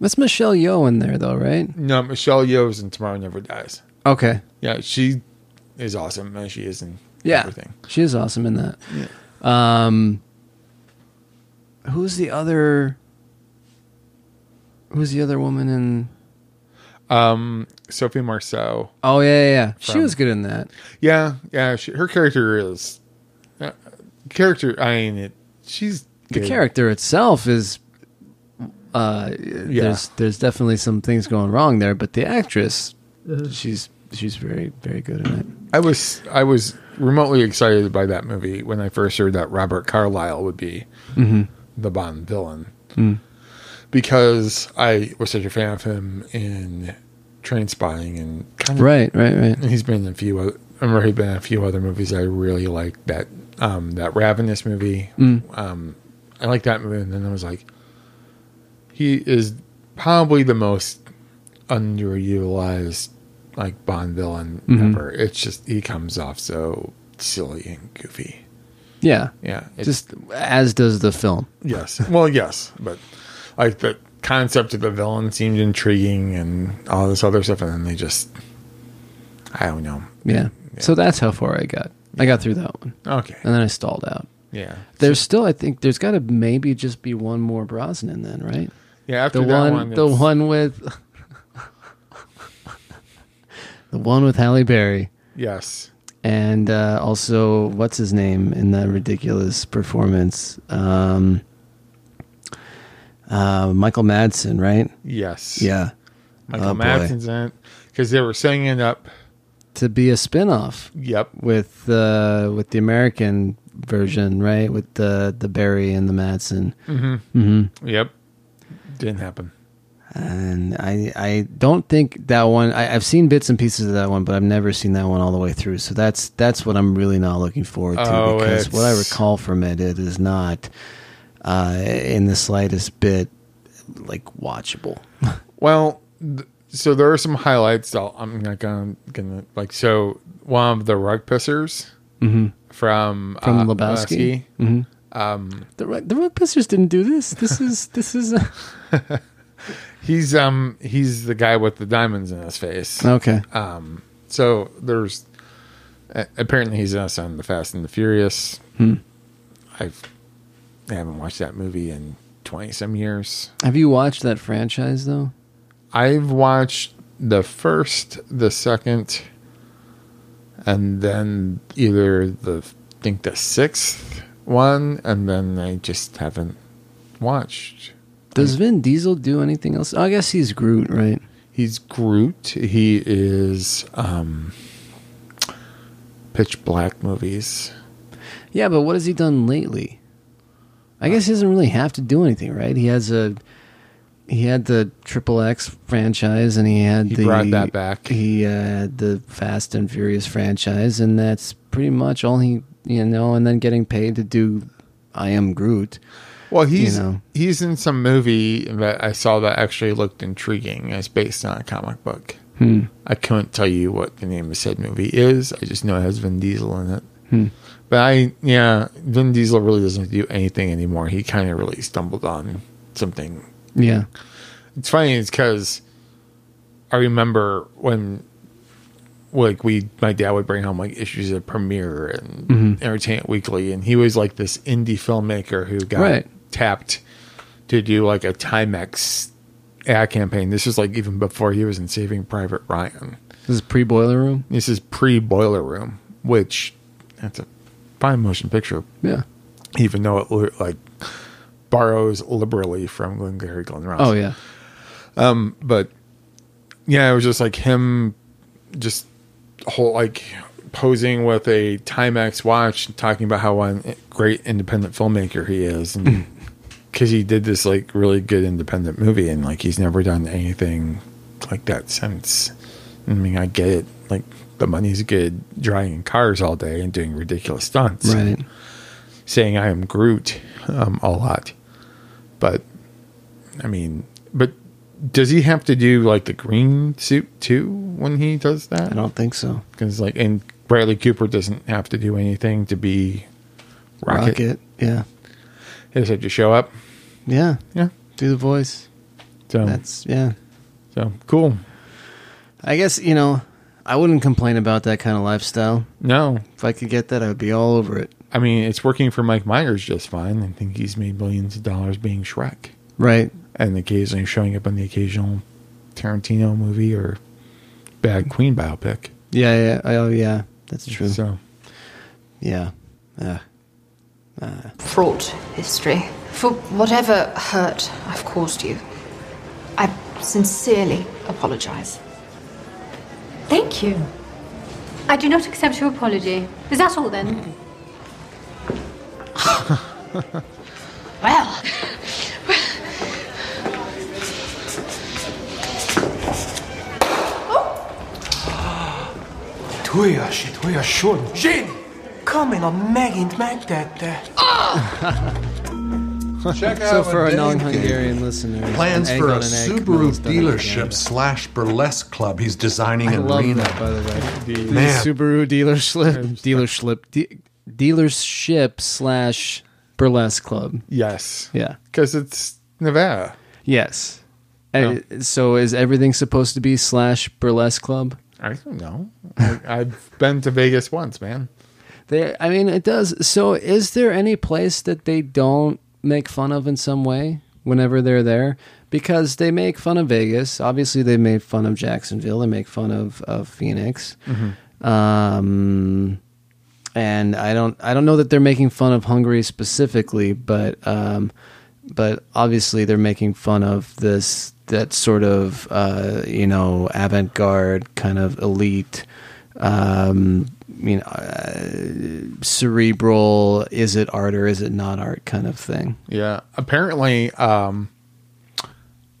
S2: That's Michelle Yeoh in there though, right?
S1: No, Michelle Yeoh's in Tomorrow Never Dies.
S2: Okay.
S1: Yeah, she is awesome, and she is in
S2: Yeah.
S1: everything.
S2: She is awesome in that.
S1: Yeah.
S2: Um, who's the other? Who's the other woman in?
S1: Um, Sophie Marceau.
S2: Oh yeah, yeah. yeah. She
S1: From-
S2: was good in that.
S1: Yeah, yeah. She, her character is uh, character. I mean, it, she's
S2: The
S1: good.
S2: character itself is. Uh, There's there's definitely some things going wrong there, but the actress, she's she's very very good in it.
S1: I was I was remotely excited by that movie when I first heard that Robert Carlyle would be
S2: Mhm.
S1: the Bond villain
S2: Mm.
S1: because I was such a fan of him in Train Spotting and kind of
S2: Right, right, right.
S1: And he's been in a few. Other, I remember he'd been in a few other movies I really liked. That um, that Ravenous movie.
S2: Mm.
S1: Um, I liked that movie, and then I was like, he is probably the most underutilized like Bond villain
S2: Mhm.
S1: ever. It's just he comes off so silly and goofy.
S2: Yeah,
S1: Yeah, it's-
S2: Just as does the film.
S1: Yes. Well, yes, but like the concept of the villain seemed intriguing and all this other stuff, and then they just, I don't know.
S2: Yeah. So that's how far I got. I got through that one.
S1: Okay.
S2: And then I stalled out.
S1: Yeah.
S2: There's still, I think, there's got to maybe just be one more Brosnan then, right?
S1: Yeah, after
S2: the
S1: that
S2: one,
S1: one,
S2: the
S1: it's-
S2: one with The one with Halle Berry.
S1: Yes.
S2: And uh, also, what's his name in that ridiculous performance? Um, uh, Michael Madsen, right?
S1: Yes.
S2: Yeah.
S1: Michael
S2: Oh, boy.
S1: Madsen's in it because they were setting it up.
S2: To be a spinoff.
S1: Yep.
S2: With the with the American version, right? With the the Berry and the Madsen.
S1: Mhm.
S2: hmm
S1: Yep. Didn't happen.
S2: and I I don't think that one. I, I've seen bits and pieces of that one, but I've never seen that one all the way through. So that's that's what I'm really not looking forward to
S1: Oh,
S2: because what I
S1: it's-
S2: recall from it, it is not uh, in the slightest bit like watchable.
S1: Well, th- so there are some highlights. I'll, I'm not gonna, gonna like so one of the rug pissers
S2: Mhm.
S1: from
S2: From
S1: uh,
S2: Lebowski?
S1: Lebowski.
S2: Mhm.
S1: Um,
S2: The Rug- the Rug Pisters didn't do this. This is this is
S1: he's um he's the guy with the diamonds in his face.
S2: Okay.
S1: Um. So there's a- apparently he's in us on the Fast and the Furious.
S2: Hmm.
S1: I've I haven't watched that movie in twenty some years.
S2: Have you watched that franchise though?
S1: I've watched the first, the second, and then either the I think the sixth one, and then I just haven't watched.
S2: Does Vin Diesel do anything else? I guess he's Groot, right?
S1: He's Groot. He is um, Pitch Black movies.
S2: Yeah, but what has he done lately? I guess he doesn't really have to do anything, right? He has a he had the Triple X franchise, and he had
S1: He
S2: the
S1: brought that back.
S2: He uh, had the Fast and Furious franchise, and that's pretty much all he you know. And then getting paid to do I Am Groot.
S1: Well, he's
S2: know.
S1: he's in some movie that I saw that actually looked intriguing. It's based on a comic book.
S2: Hmm.
S1: I couldn't tell you what the name of said movie is. I just know it has Vin Diesel in it.
S2: Hmm.
S1: But I, yeah, Vin Diesel really doesn't do anything anymore. He kind of really stumbled on something.
S2: Yeah.
S1: It's funny, it's because I remember when, like, we, my dad would bring home, like, issues of Premiere and
S2: Mhm.
S1: Entertainment Weekly, and he was, like, this indie filmmaker who got
S2: Right.
S1: tapped to do, like, a Timex ad campaign. This was, like, even before he was in Saving Private Ryan.
S2: This is pre Boiler Room.
S1: This is pre Boiler Room, which that's a fine motion picture.
S2: Yeah.
S1: Even though it li- like borrows liberally from Glengarry Glen Ross.
S2: Oh yeah.
S1: Um, but yeah, it was just like him, just whole like posing with a Timex watch, and talking about how a great independent filmmaker he is, and because he did this like really good independent movie, and like he's never done anything like that since. I mean, I get it. Like the money's good, driving cars all day and doing ridiculous stunts,
S2: Right.
S1: Saying I am Groot um, a lot, but I mean, but does he have to do like the green suit too when he does that? I
S2: don't think so.
S1: Because like, and Bradley Cooper doesn't have to do anything to be Rocket.
S2: Rocket, yeah.
S1: He just had to show up.
S2: Yeah.
S1: Yeah.
S2: Do the voice.
S1: So
S2: That's yeah.
S1: So cool.
S2: I guess you know I wouldn't complain about that kind of lifestyle.
S1: No,
S2: if I could get that, I would be all over it.
S1: I mean, it's working for Mike Myers just fine. I think he's made billions of dollars being Shrek,
S2: Right.
S1: and occasionally showing up on the occasional Tarantino movie or bad Queen biopic.
S2: Yeah, yeah, oh yeah, that's true.
S1: So,
S2: yeah, uh,
S1: Uh.
S8: Fraught history. For whatever hurt I've caused you, I sincerely apologize.
S12: Thank you. I do not accept your apology. Is that all then?
S8: Well,
S14: Tuias, tuias, shun. Jin! Come and I'm megging back that there.
S4: Check
S2: So
S4: out
S2: for
S4: a
S2: our
S4: Dave
S2: non-Hungarian
S4: game.
S2: listeners,
S14: Plans
S2: an egg
S14: for a
S2: on an egg
S14: Subaru
S2: means done again.
S14: dealership slash burlesque club he's designing
S2: I
S14: in
S2: love
S14: Reno.
S2: that, by the way. The
S14: Man.
S2: Subaru dealership, dealership, de- dealership slash burlesque club.
S1: Yes.
S2: Yeah.
S1: because it's Nevada.
S2: Yes. And so is everything supposed to be slash burlesque club?
S1: I don't know. I, I've been to Vegas once, man.
S2: They, I mean, it does. So, is there any place that they don't make fun of in some way whenever they're there? because they make fun of Vegas. Obviously, they made fun of Jacksonville. They make fun of of Phoenix.
S15: Mhm.
S2: Um, and I don't I don't know that they're making fun of Hungary specifically, but um, but obviously they're making fun of this that sort of uh, you know avant garde kind of elite. Um, you know, uh, cerebral. Is it art or is it not art? Kind of thing.
S1: Yeah. Apparently, um,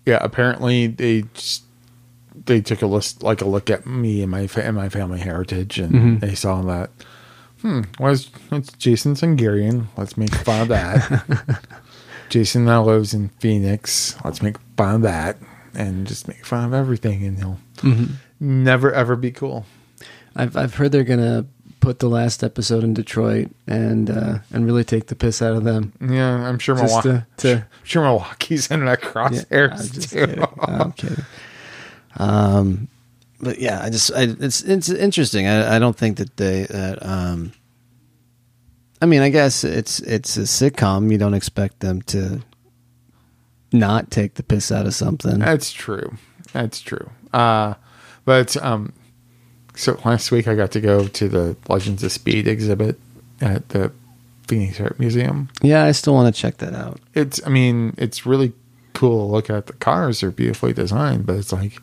S1: yeah. Apparently, they just, they took a list, like a look at me and my fa- and my family heritage, and
S2: Mhm.
S1: they saw that. Hmm. Was it's Jason Hungarian? Let's make fun of that. Jason now lives in Phoenix. Let's make fun of that, and just make fun of everything, and he'll
S2: Mhm.
S1: never ever be cool.
S2: I've I've heard they're gonna put the last episode in Detroit and uh, and really take the piss out of them.
S1: Yeah, I'm sure
S2: Just
S1: Milwaukee.
S2: to- to-
S1: sure Milwaukee's in that crosshairs
S2: I'm just
S1: too.
S2: kidding. I'm kidding. Um, but yeah, I just I, it's it's interesting. I, I don't think that they that um. I mean, I guess it's it's a sitcom. You don't expect them to not take the piss out of something.
S1: That's true. That's true. Uh, but um, so last week I got to go to the Legends of Speed exhibit at the Phoenix Art Museum.
S2: Yeah, I still want to check that out.
S1: It's, I mean, it's really cool to look at. The cars are beautifully designed, but it's like,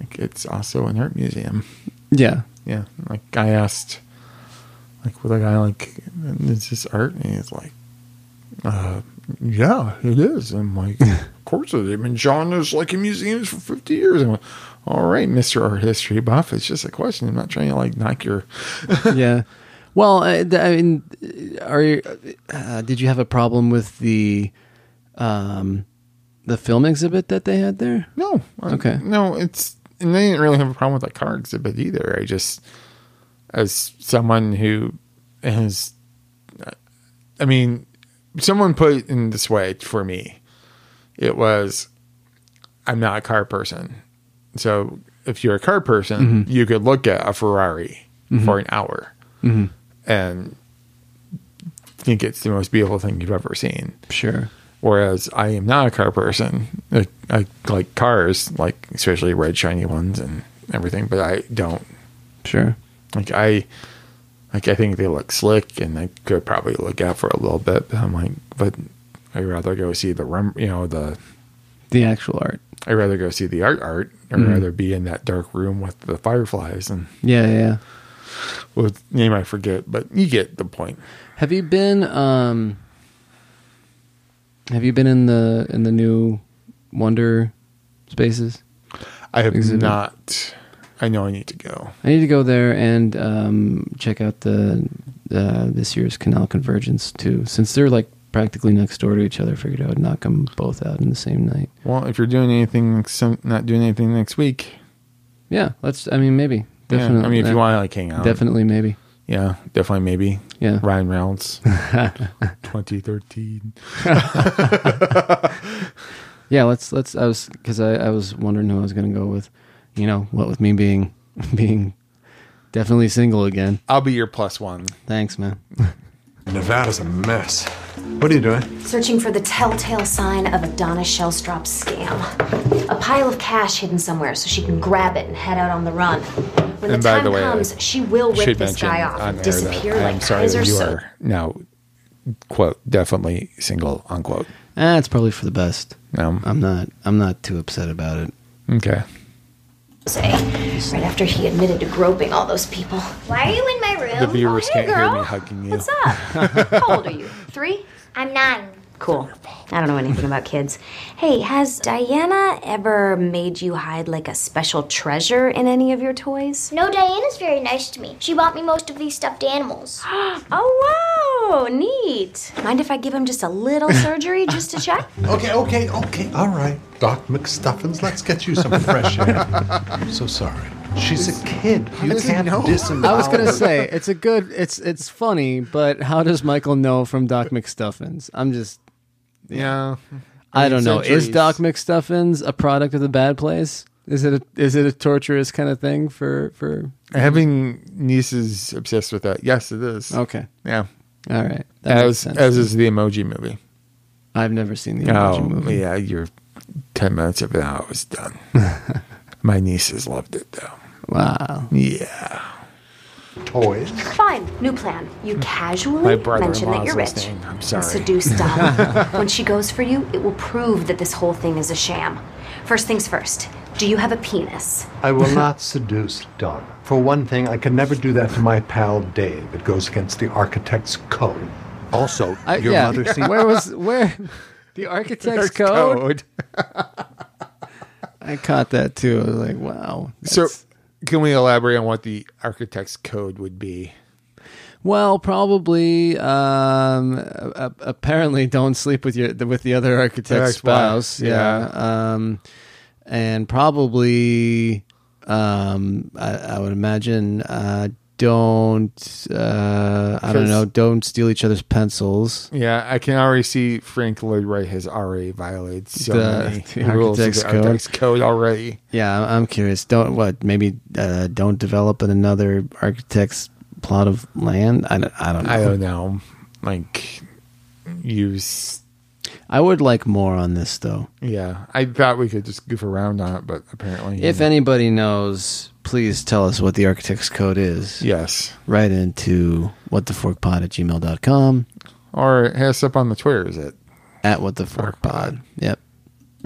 S1: like it's also an art museum.
S2: Yeah.
S1: Yeah. Like I asked, like, with a guy like, is this art? And he's like, uh, yeah, it is. I'm like, of course it is. I've been showing this like in museums for 50 years. I'm like, all right, Mr. Art History Buff. It's just a question. I'm not trying to like knock your.
S2: yeah. Well, Oh, I, I mean, are you, uh, did you have a problem with the um, the film exhibit that they had there?
S1: No. I-
S2: Okay.
S1: No, it's. And they didn't really have a problem with that car exhibit either. I just, as someone who has. I mean, someone put it in this way for me. It was, I'm not a car person. So if you're a car person, you could look at a Ferrari
S2: Mhm.
S1: for an hour
S2: Mhm.
S1: and think it's the most beautiful thing you've ever seen.
S2: Sure.
S1: Whereas I am not a car person. Like, I like cars, like especially red shiny ones and everything, but I don't.
S2: Sure.
S1: Like I, like I think they look slick, and I could probably look out for a little bit. But I'm like, but I'd rather go see the rem, you know, the
S2: The actual art.
S1: I'd rather go see the art art, or
S2: Mhm.
S1: rather be in that dark room with the fireflies and
S2: Yeah, yeah.
S1: well, name I forget, but you get the point.
S2: Have you been um Have you been in the in the new Wonder Spaces?
S1: I have
S2: exhibit?
S1: not. I know I need to go.
S2: I need to go there and um check out the uh, this year's Canal Convergence too since they're like practically next door to each other I figured I would knock them both out in the same night.
S1: Well, if you're doing anything, some, not doing anything next week,
S2: Yeah, let's I mean maybe.
S1: Yeah,
S2: Definitely.
S1: I mean, if you
S2: yeah.
S1: want to like hang out,
S2: Definitely maybe.
S1: Yeah, definitely maybe.
S2: Yeah.
S1: Ryan Reynolds, 2013.
S2: Yeah, let's let's. I was because I, I was wondering who I was going to go with. You know, what with me being being definitely single again.
S1: I'll be your plus one.
S2: Thanks, man.
S4: Nevada's a mess. What are you doing?
S5: Searching for the telltale sign of Adonis Shellstrop's scam. A pile of cash hidden somewhere so she can grab it and head out on the run. When
S1: And
S5: the
S1: by
S5: time
S1: the way,
S5: comes,
S1: I
S5: she will rip
S1: should
S5: this
S1: mention
S5: guy off
S1: on
S5: and
S1: there that
S5: disappear
S1: I am
S5: like
S1: sorry that
S5: Kaiser
S1: you
S5: soap.
S1: are now, quote, definitely single, unquote.
S2: Ah, it's probably for the best.
S1: Um,
S2: I'm not. I'm not too upset about it.
S1: Okay.
S5: Say, right after he admitted to groping all those people.
S16: Why are you in my room?
S1: The viewers
S16: oh, hey,
S1: can't
S16: girl.
S1: hear me hugging you.
S16: What's up? How old are you?
S5: Three?
S16: I'm nine.
S5: Cool. I don't know anything about kids. Hey, has Diana ever made you hide like a special treasure in any of your toys?
S16: No, Diana's very nice to me. She bought me most of these stuffed animals.
S5: oh, wow. Neat. Mind if I give him just a little surgery just to check?
S4: Okay, okay, okay, all right. Doc McStuffins, let's get you some fresh air. I'm so sorry. She's a kid. You can't disembowel
S2: I was gonna
S4: her.
S2: say it's a good. It's it's funny, but how does Michael know from Doc McStuffins? I'm just.
S1: Yeah.
S2: I don't know. Is
S1: Centuries.
S2: Doc McStuffins a product of the bad place? Is it a, is it a torturous kind of thing for for?
S1: Having nieces obsessed with that. Yes, it is.
S2: Okay.
S1: Yeah.
S2: All right. That makes
S1: As
S2: sense
S1: as
S2: then.
S1: is the emoji movie. Oh,
S2: I've never seen the emoji movie.
S1: Yeah, you're 10 minutes of it now, I was done. My nieces loved it though.
S2: Wow.
S1: Yeah. Toys.
S5: Fine, new plan. You
S1: Hmm. My
S5: casually mention
S1: brother-in-law
S5: that
S1: is
S5: you're rich.
S1: listening. I'm
S5: and
S1: sorry.
S5: Seduce Donna. when she goes for you, it will prove that this whole thing is a sham. First things first. Do you have a penis?
S15: I will not seduce Donna. For one thing, I can never do that to my pal Dave. It goes against the architect's code. Also,
S2: I,
S15: your
S2: yeah.
S15: mother seems.
S2: where was where the architect's code? I caught that too. I was like, wow.
S1: So, can we elaborate on what the architect's code would be?
S2: Well, probably. Um, a- a- apparently, don't sleep with your with the other architect's
S1: That's why.
S2: spouse. Yeah. Um, and probably, um, I, I would imagine. Uh, don't uh, I don't
S1: Because-
S2: know. Don't steal each other's pencils.
S1: Yeah, I can already see Frank Lloyd Wright has already violated so
S2: The-
S1: many
S2: the
S1: rules of
S2: architect's
S1: the architect's code already.
S2: Yeah, I- I'm curious. Don't what? Maybe uh, don't develop another architect's plot of land. I don't, I don't know.
S1: I don't know. Like use.
S2: I would like more on this though.
S1: Yeah, I thought we could just goof around on it, but apparently,
S2: If anybody knows, please tell us what the architect's code is.
S1: Yes.
S2: Right into whattheforkpod at gmail.com.
S1: Or hit us up on the Twitter, is it?
S2: At what the fork pod. Yep.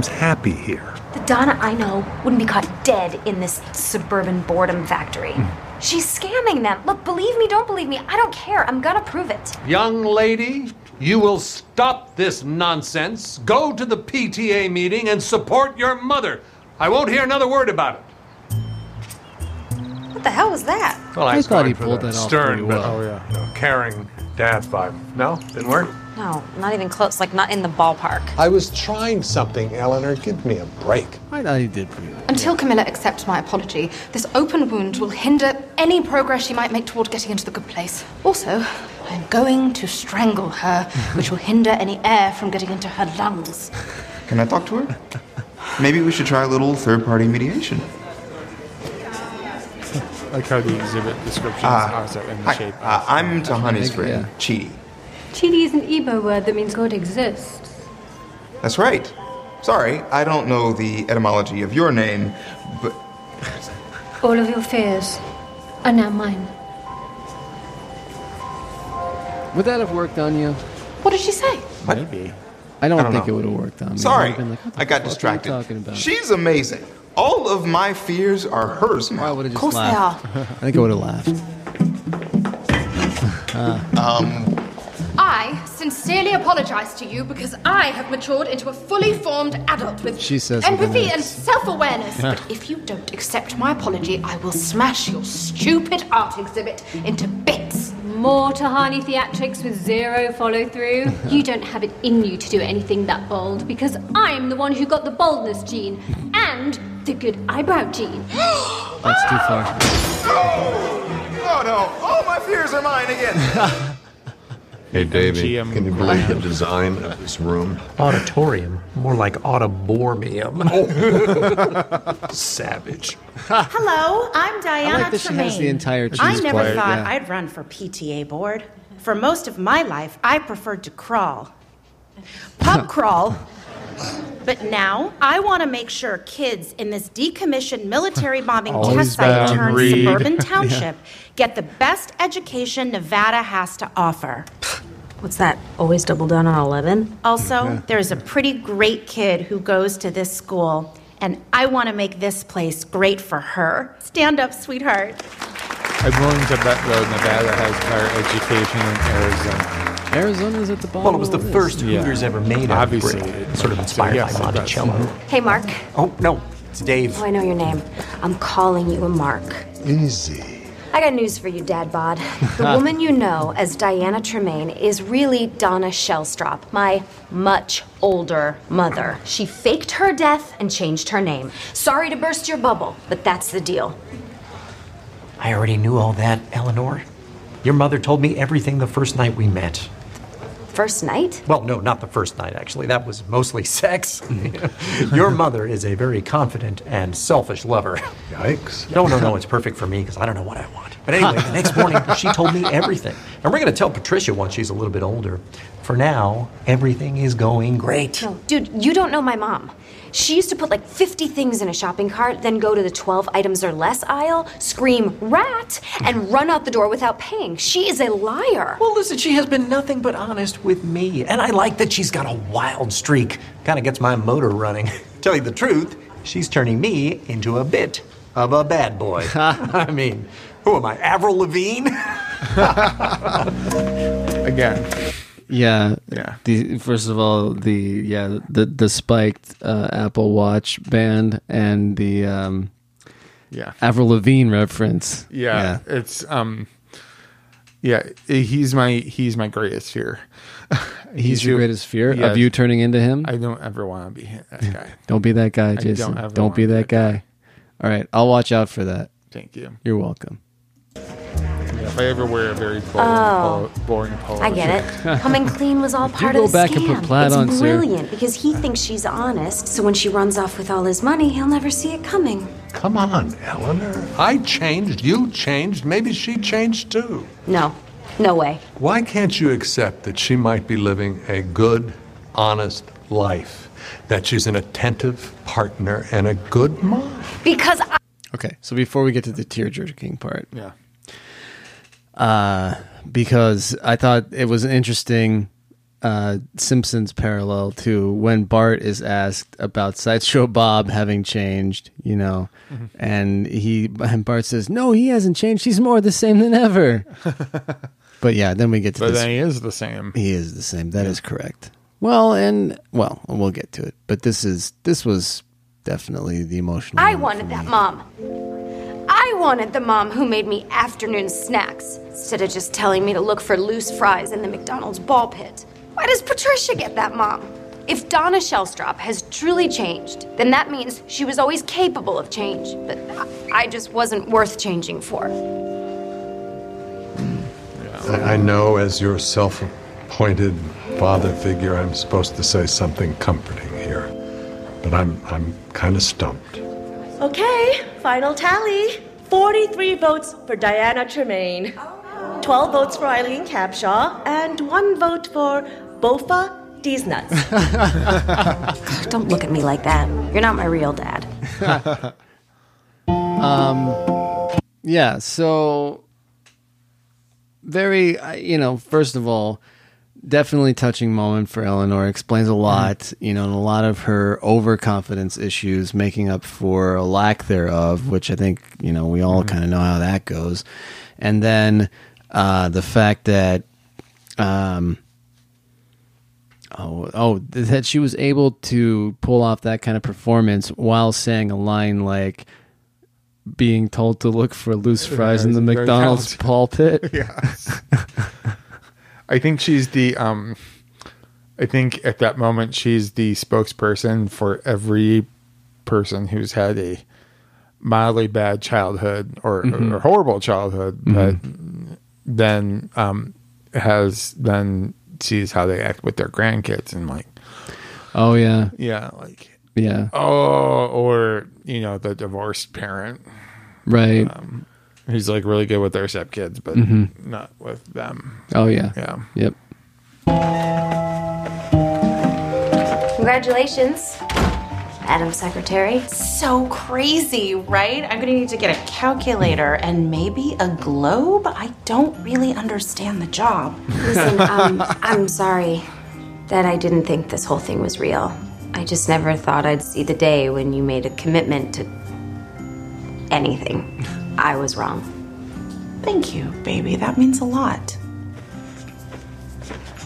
S15: I'm happy here.
S5: The Donna I know wouldn't be caught dead in this suburban boredom factory.
S1: Hmm.
S5: She's scamming them. Look, believe me, don't believe me. I don't care. I'm gonna prove it.
S17: Young lady, you will stop this nonsense. Go to the PTA meeting and support your mother. I won't hear another word about it.
S3: What the hell was that?
S17: Well,
S2: I
S17: was
S2: thought
S17: going
S2: he
S17: for
S2: pulled
S17: the
S2: that off pretty
S17: stern, but
S4: Oh,
S2: well.
S17: you know, caring dad vibe. No, didn't work.
S3: No, not even close. Like, not in the ballpark.
S4: I was trying something, Eleanor. Give me a break.
S2: I thought you did pretty well.
S8: Until Camilla accepts my apology, this open wound will hinder any progress she might make toward getting into the good place. Also, I'm going to strangle her, which will hinder any air from getting into her lungs.
S9: Can I talk to her? Maybe we should try a little third party mediation.
S1: like how the exhibit descriptions
S9: Ah,
S1: are set in the
S9: hi.
S1: shape.
S9: Uh, I'm Tahani's
S1: Big,
S9: friend, Chidi.
S12: Chidi is an Igbo word that means God exists.
S9: That's right. Sorry, I don't know the etymology of your name, but
S12: All of your fears are now mine.
S2: Would that have worked on you?
S8: What did she say?
S1: maybe.
S2: I don't,
S9: I don't
S2: think
S9: know.
S2: it would have worked on me.
S9: Sorry,
S2: I'd been like, what the
S9: I got
S2: fuck are you
S9: distracted.
S2: talking about?
S9: She's amazing. All of my fears are hers now.
S2: Of course laughed. I think I would have laughed.
S9: Um,
S8: I sincerely apologize to you because I have matured into a fully formed adult with
S2: She says with
S8: empathy
S2: an
S8: and self awareness.
S2: Yeah.
S8: But if you don't accept my apology, I will smash your stupid art exhibit into bits.
S12: More Tahani theatrics with zero follow through. you don't have it in you to do anything that bold because I'm the one who got the boldness gene and the good eyebrow gene.
S2: That's too far.
S9: oh no, all my fears are mine again.
S4: Hey, Davey,
S1: GM
S4: can you believe the design of this room?
S7: Auditorium, more like audibormium. Oh. Savage.
S18: Hello, I'm Diana
S2: I like that she has
S18: Tremaine.
S2: the entire
S18: I
S2: cheese
S18: never
S2: platter,
S18: thought
S2: yeah.
S18: I'd run for PTA board. For most of my life, I preferred to crawl. Pub crawl. But now I want to make sure kids in this decommissioned military bombing
S14: Always
S18: test site
S14: bad.
S18: turned
S14: Read.
S18: suburban
S14: Yeah.
S18: township get the best education Nevada has to offer.
S3: What's that? Always double down on 11?
S18: Also,
S3: Yeah.
S18: there's a pretty great kid who goes to this school, and I want to make this place great for her. Stand up, sweetheart.
S1: I'm willing to bet though Nevada has better education than Arizona.
S2: Arizona's at the bottom.
S7: Well, it was the first Hooters ever made out of
S1: Obviously,
S7: brick, sort of inspired
S1: yes,
S7: by
S1: it does.
S7: Monticello.
S5: Hey, Mark.
S7: Oh, no, it's Dave.
S5: Oh, I know your name. I'm calling you a Mark.
S15: Easy.
S5: I got news for you, Dad Bod. The woman you know as Diana Tremaine is really Donna Shellstrop, my much older mother. She faked her death and changed her name. Sorry to burst your bubble, but that's the deal.
S7: I already knew all that, Eleanor. Your mother told me everything the first night we met.
S5: First night?
S7: Well, no, not the first night, actually. That was mostly sex. Your mother is a very confident and selfish lover.
S15: Yikes.
S7: No, no, no, it's perfect for me because I don't know what I want. But anyway, the next morning, she told me everything. And we're going to tell Patricia once she's a little bit older. For now, everything is going great.
S5: No, dude, you don't know my mom. She used to put like 50 things in a shopping cart, then go to the 12 items or less aisle, scream rat, and run out the door without paying. She is a liar.
S7: Well, listen, she has been nothing but honest with me, and I like that she's got a wild streak. Kind of gets my motor running. Tell you the truth, she's turning me into a bit of a bad boy. I mean, who am I, Avril Lavigne?
S1: Again.
S2: Yeah. Yeah. The first of all, the yeah the the spiked uh, Apple Watch band and the um,
S1: Yeah.
S2: Avril Lavigne reference.
S1: Yeah, it's um, yeah, he's my he's my greatest fear.
S2: He's your
S1: who-
S2: greatest fear
S1: Yeah.
S2: of you turning into him.
S1: I don't ever want to be that guy.
S2: Don't be that
S1: I
S2: guy,
S1: don't
S2: Jason.
S1: ever
S2: Don't, be that guy. All right, I'll watch out for that.
S1: Thank you.
S2: You're welcome.
S1: Yeah, if I ever wear a very boring,
S5: Oh.
S1: polo, boring polo,
S5: I get it. Coming clean was all part
S1: go
S5: of the
S1: back
S5: scam.
S1: and put plaid
S5: it's
S1: on, sir.
S5: brilliant because he thinks she's honest. So when she runs off with all his money, he'll never see it coming.
S15: Come on, Eleanor.
S17: I changed, you changed, maybe she changed too.
S5: No, no way.
S17: Why can't you
S4: accept that she might be living a good, honest life, that she's an attentive partner and a good mom.
S5: Because I.
S2: Okay, so before we get to the tear jerking part,
S1: yeah,
S2: uh, because I thought it was an interesting uh, Simpsons parallel to when Bart is asked about Sideshow Bob having changed, you know,
S1: Mm-hmm.
S2: and he and Bart says, "No, he hasn't changed. He's more the same than ever." but yeah, then we get to
S1: But
S2: this.
S1: then he is the same.
S2: He is the same. That is correct. Well, and well, we'll get to it. But this is this was definitely the emotional.
S5: I wanted that mom. I wanted the mom who made me afternoon snacks instead of just telling me to look for loose fries in the McDonald's ball pit. Why does Patricia get that mom? If Donna Shellstrop has truly changed, then that means she was always capable of change, but I- I just wasn't worth changing for.
S4: I I know as your self appointed father figure, I'm supposed to say something comforting here, but I'm, I'm kind of stumped.
S19: Okay, final tally. 43 votes for Diana Tremaine, 12 votes for Eileen Capshaw, and one vote for Bofa Dees Nuts.
S5: Don't look at me like that. You're not my real dad.
S2: um, yeah. So very, I- you know, first of all, definitely touching moment for Eleanor. Explains a lot, you know, and a lot of her overconfidence issues, making up for a lack thereof, which I think you know we all kind of know how that goes. And then uh, the fact that. Um, Oh, oh, th- that she was able to pull off that kind of performance while saying a line like being told to look for loose fries in the McDonald's ball pit.
S1: yes. I think she's the um I think at that moment she's the spokesperson for every person who's had a mildly bad childhood or,
S2: Mhm.
S1: or horrible childhood
S2: Mm-hmm.
S1: but then um has then sees how they act with their grandkids and like
S2: Oh yeah.
S1: yeah like
S2: Yeah.
S1: oh or you know the divorced parent
S2: Right.
S1: um, who's like really good with their stepkids but
S2: Mhm.
S1: not with them
S2: oh yeah.
S1: yeah
S2: Yep.
S5: Congratulations, Adam Secretary.
S6: So crazy, right? I'm gonna need to get a calculator and maybe a globe. I don't really understand the job.
S5: Listen, um, I'm sorry that I didn't think this whole thing was real. I just never thought I'd see the day when you made a commitment to anything. I was wrong.
S6: Thank you, baby. That means a lot.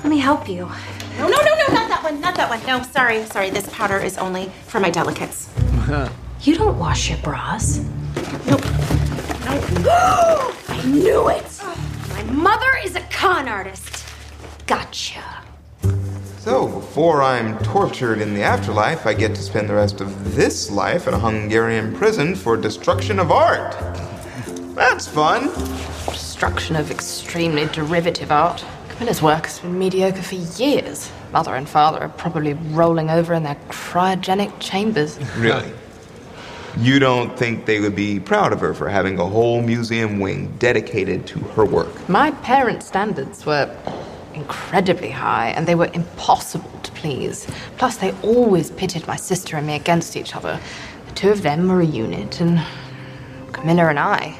S5: Let me help you.
S6: No, no, no, no, not that one, not that one. No, sorry, sorry. This powder is only for my delicates.
S5: You don't wash your bras. I knew it! My mother is a con artist. Gotcha.
S9: So, before I'm tortured in the afterlife, I get to spend the rest of this life in a Hungarian prison for destruction of art. That's fun.
S8: Destruction of extremely derivative art. Camilla's work has been mediocre for years. Mother and father are probably rolling over in their cryogenic chambers.
S9: Really? You don't think they would be proud of her for having a whole museum wing dedicated to her work?
S8: My parents' standards were incredibly high and they were impossible to please. Plus, they always pitted my sister and me against each other. The two of them were a unit, and Camilla and I.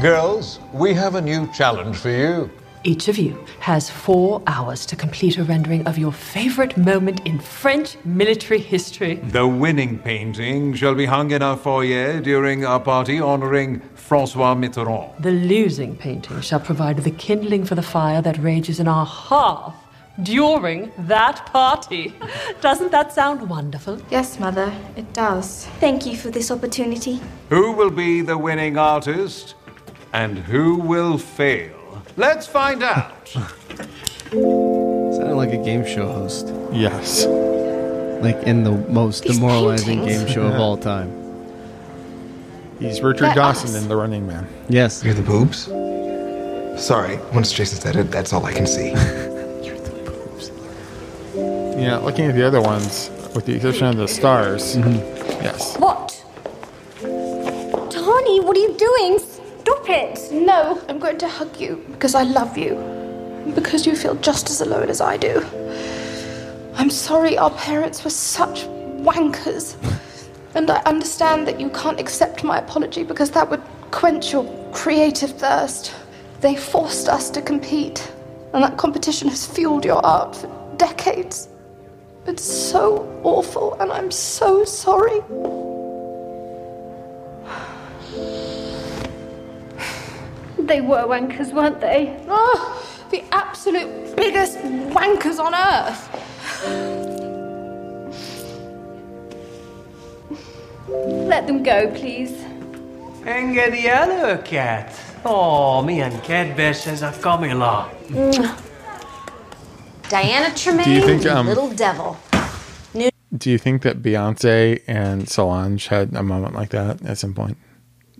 S20: Girls, we have a new challenge for you.
S21: Each of you has four hours to complete a rendering of your favorite moment in French military history.
S20: The winning painting shall be hung in our foyer during a party honoring Francois Mitterrand.
S21: The losing painting shall provide the kindling for the fire that rages in our hearth during that party. Doesn't that sound wonderful?
S8: Yes, Mother, it does.
S16: Thank you for this opportunity.
S20: Who will be the winning artist and who will fail? Let's find out.
S2: Sounded like a game show host.
S1: Yes.
S2: Like in the most
S1: These
S2: demoralizing
S1: paintings.
S2: game show of
S1: Yeah.
S2: all time.
S1: He's Richard
S2: Let
S1: Dawson
S2: us.
S1: in The Running Man.
S2: Yes.
S22: You're the boobs? Sorry, once Jason said it, that's all I can see.
S1: Yeah, looking at the other ones, with the exception of the stars.
S2: Mm-hmm.
S1: Yes.
S16: What? Tony, what are you doing? Stop it!
S8: No, I'm going to hug you because I love you. Because you feel just as alone as I do. I'm sorry our parents were such wankers. And I understand that you can't accept my apology because that would quench your creative thirst. They forced us to compete, and that competition has fueled your art for decades. It's so awful, and I'm so sorry.
S12: They were wankers, weren't they?
S8: Oh, the absolute biggest wankers on earth.
S12: Let them go, please.
S14: And get the other cat. Oh, me and Catbear says a Camilla.
S5: Diana Tremaine,
S1: Do you think,
S5: you
S1: um,
S5: little devil.
S1: Do you think that Beyonce and Solange had a moment like that at some point?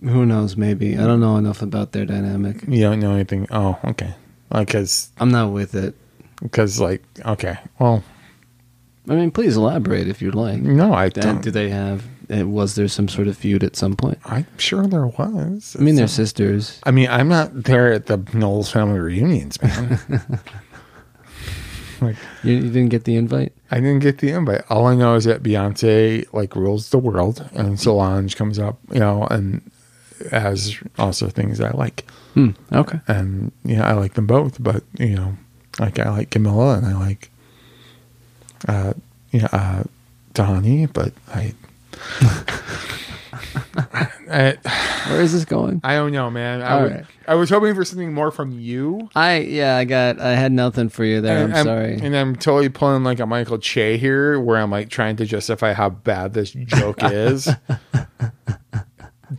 S2: Who knows? Maybe I don't know enough about their dynamic.
S1: You don't know anything. Oh, okay. Because
S2: I'm not with it.
S1: Because like, okay, well,
S2: I mean, please elaborate if you'd like.
S1: No, I
S2: do
S1: don't.
S2: Do they have? uh, Was there some sort of feud at some point?
S1: I'm sure there was.
S2: I mean, they're sisters.
S1: I mean, I'm not there at the Knowles family reunions, man. like,
S2: you, you didn't get the invite.
S1: I didn't get the invite. All I know is that Beyonce like rules the world, and Solange comes up, you know, and has also things I like.
S2: Hmm, okay,
S1: and yeah, I like them both, but you know, like I like Camilla and I like, uh, yeah, uh, Tahani, but I.
S2: Where is this going?
S1: I don't know, man. I,
S2: All
S1: was,
S2: right.
S1: I was hoping for something more from you.
S2: I yeah, I got. I had nothing for you there. I'm,
S1: And I'm-
S2: sorry.
S1: And I'm totally pulling like a Michael Che here, where I'm like trying to justify how bad this joke is,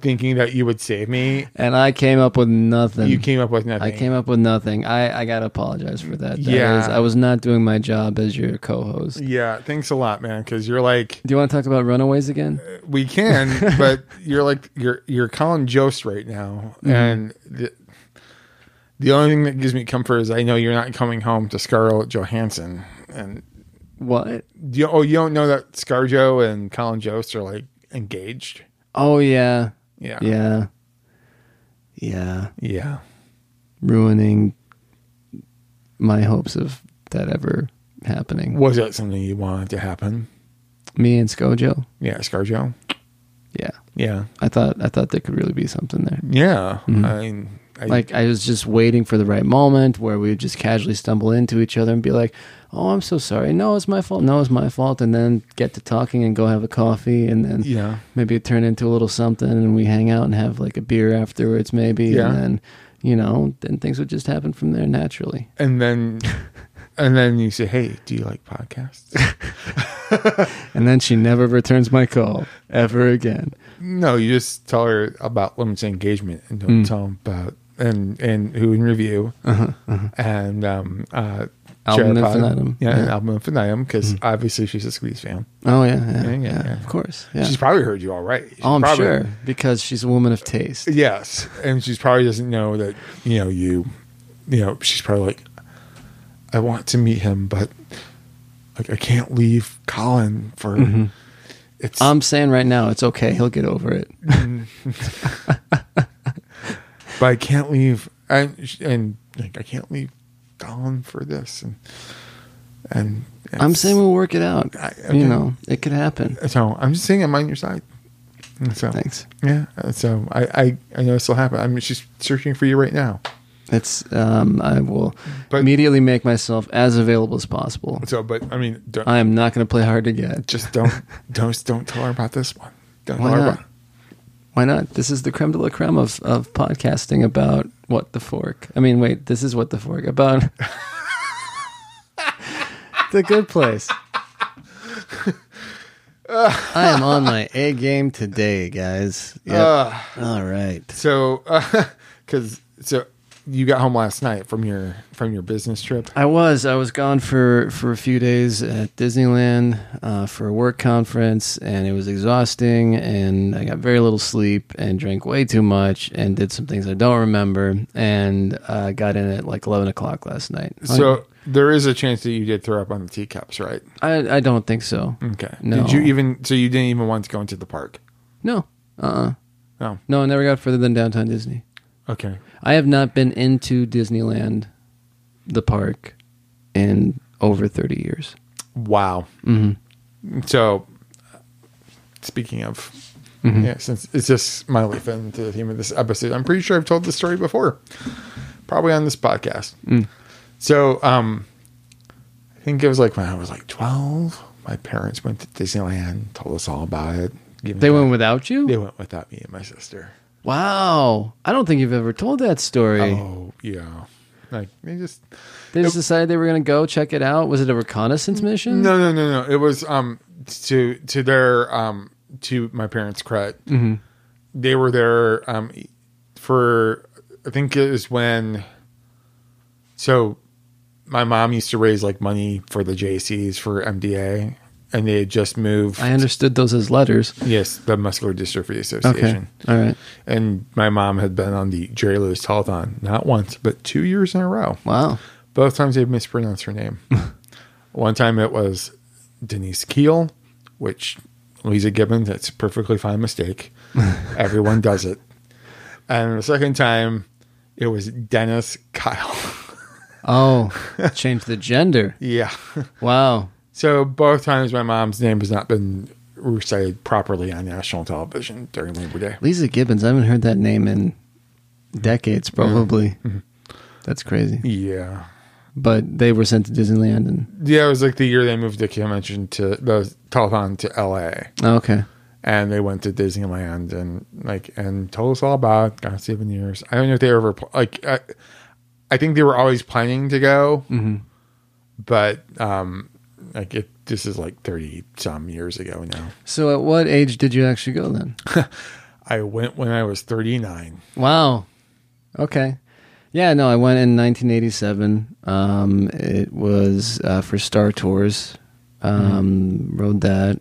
S1: thinking that you would save me.
S2: And I came up with nothing.
S1: You came up with nothing.
S2: I came up with nothing. I I gotta apologize for that. That
S1: Yeah.
S2: was- I was not doing my job as your co-host.
S1: Yeah, thanks a lot, man. Because you're like,
S2: do you want to talk about Runaways again?
S1: Uh, we can, but you're like you're you're Colin Jost right now,
S2: Mhm.
S1: and the, the only thing that gives me comfort is I know you're not coming home to Scarlett Johansson. And
S2: what?
S1: You, oh, you don't know that ScarJo and Colin Jost are like engaged.
S2: Oh yeah.
S1: Yeah.
S2: Yeah. Yeah.
S1: Yeah.
S2: Ruining my hopes of that ever happening.
S1: Was that something you wanted to happen?
S2: Me and Skojo.
S1: Yeah, ScarJo.
S2: Yeah.
S1: Yeah.
S2: I thought I thought there could really be something there.
S1: Yeah, Uh,
S2: Mhm.
S1: I mean, I-
S2: like I was just waiting for the right moment where we would just casually stumble into each other and be like, "Oh, I'm so sorry. No, it's my fault. No, it's my fault." And then get to talking and go have a coffee and then
S1: Yeah.
S2: maybe it turned into a little something and we hang out and have like a beer afterwards maybe
S1: Yeah.
S2: and then you know, then things would just happen from there naturally.
S1: And then, and then you say, "Hey, do you like podcasts?"
S2: And then she never returns my call ever again.
S1: no, you just tell her about limits of engagement and don't
S2: Mm.
S1: tell them about and and who in review
S2: Uh-huh, uh-huh.
S1: and um uh
S2: Album
S1: Cherry Pie.
S2: Infinitum.
S1: yeah, and
S2: Yeah. Mm.
S1: album infinitum because obviously she's a squeeze fan.
S2: Oh yeah, yeah, yeah, of course, yeah.
S1: she's probably heard you all right. She's
S2: Oh, I'm
S1: probably-
S2: sure because she's a woman of taste.
S1: Yes, and she's probably doesn't know that you know you, you know she's probably like, I want to meet him, but like I can't leave Colin for.
S2: Mhm.
S1: It's
S2: I'm saying right now, it's okay. He'll get over it.
S1: but I can't leave. I and like I can't leave calling for this and and
S2: I'm saying we'll work it out.
S1: okay.
S2: You know, it could happen.
S1: So I'm just saying I'm on your side. And So
S2: thanks.
S1: Yeah. uh, So I I, I know this will happen. I mean, she's searching for you right now.
S2: It's um, I will immediately make myself as available as possible.
S1: So, but I mean, don't,
S2: I am not going to play hard to get.
S1: Just don't, don't, don't tell her about this one. Don't
S2: Why
S1: tell her
S2: not?
S1: about-
S2: Why not? This is the creme de la creme of of podcasting about what the fork. I mean, wait, this is what the fork about. the good place. I am on my A game today, guys. Yep.
S1: Ah.
S2: All right.
S1: So, because so you got home last night from your from your business trip.
S2: I was. I was gone for, for a few days at Disneyland uh, for a work conference, and it was exhausting. And I got very little sleep, and drank way too much, and did some things I don't remember. And uh, got in at like eleven o'clock last night.
S1: So there is a chance that you did throw up on the teacups, right?
S2: I, I don't think so.
S1: Okay.
S2: No.
S1: Did you even? So you didn't even want to go into the park?
S2: No. Uh. uh
S1: No.
S2: No, I never got further than downtown Disney.
S1: Oh. Okay.
S2: I have not been into Disneyland, the park, in over thirty years.
S1: Wow.
S2: hmm
S1: So, speaking of,
S2: Mhm.
S1: yeah, since it's just my leaf into the theme of this episode, I'm pretty sure I've told this story before, probably on this podcast.
S2: Mm.
S1: So, um, I think it was like when I was like 12, my parents went to Disneyland, told us all about it.
S2: They went without you?
S1: They went without me and my sister.
S2: Wow. I don't think you've ever told that story.
S1: Oh, yeah. Like, they just
S2: They just decided they were going to go check it out. Was it a reconnaissance mission?
S1: No, no, no, no. It was um to to their um to my parents' credit.
S2: Mhm.
S1: They were there um for I think it was when so my mom used to raise like money for the JCs for MDA and they had just moved
S2: I understood those as letters.
S1: Yes, the Muscular Dystrophy Association.
S2: Okay. All right.
S1: And my mom had been on the Jerry Lewis Telethon not once, but two years in a row.
S2: Wow.
S1: Both times they've mispronounced her name. One time it was Denise Keel, which Lisa Gibbons, that's a perfectly fine mistake. Everyone does it. And the second time it was Dennis Kyle.
S2: Oh, change the gender.
S1: yeah.
S2: Wow.
S1: So both times my mom's name has not been recited properly on national television during Labor Day.
S2: Lisa Gibbons. I haven't heard that name in decades, probably. That's crazy.
S1: Yeah.
S2: But they were sent to Disneyland and.
S1: Yeah, it was like the year they moved the convention to the telethon to L.A.
S2: Okay.
S1: and they went to Disneyland and like and told us all about it, got seven years. I don't know if they ever pl- like. I, I think they were always planning to go,
S2: Mhm.
S1: but um, like it. This is like thirty some years ago now.
S2: So at what age did you actually go then?
S1: I went when I was thirty nine.
S2: Wow. Okay. Yeah, no, I went in 1987. Um, it was uh, for Star Tours. Um,
S1: Mm-hmm.
S2: Rode that.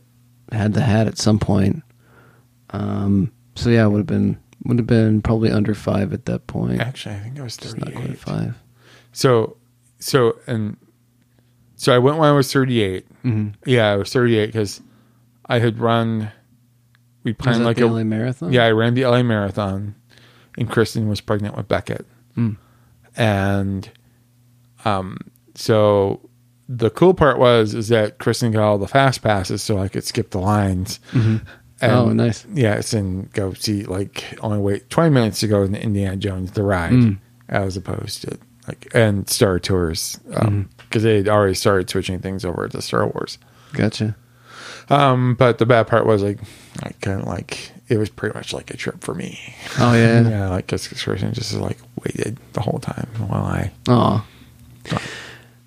S2: Had the hat at some point. Um, so yeah, would have been would have been probably under five at that point.
S1: Actually, I think I was
S2: Just not quite
S1: 38.
S2: five.
S1: So, so and so I went when I was 38.
S2: Mhm.
S1: Yeah, I was 38 because I had run. We planned
S2: that
S1: like
S2: the
S1: a
S2: LA marathon?
S1: Yeah, I ran the LA marathon, and Kristen was pregnant with Beckett,
S2: Mm.
S1: and um, so the cool part was is that Kristen got all the fast passes, so I could skip the lines.
S2: Mhm.
S1: And,
S2: Oh, nice.
S1: Yes, and go see like only wait twenty minutes to go in Indiana Jones the ride
S2: Mm.
S1: as opposed to like and Star Tours because
S2: Mm-hmm.
S1: they had already started switching things over to Star Wars.
S2: Gotcha.
S1: Um, but the bad part was like I kind of like it was pretty much like a trip for me.
S2: Oh, yeah.
S1: yeah. Like this person just like waited the whole time while I
S2: Oh.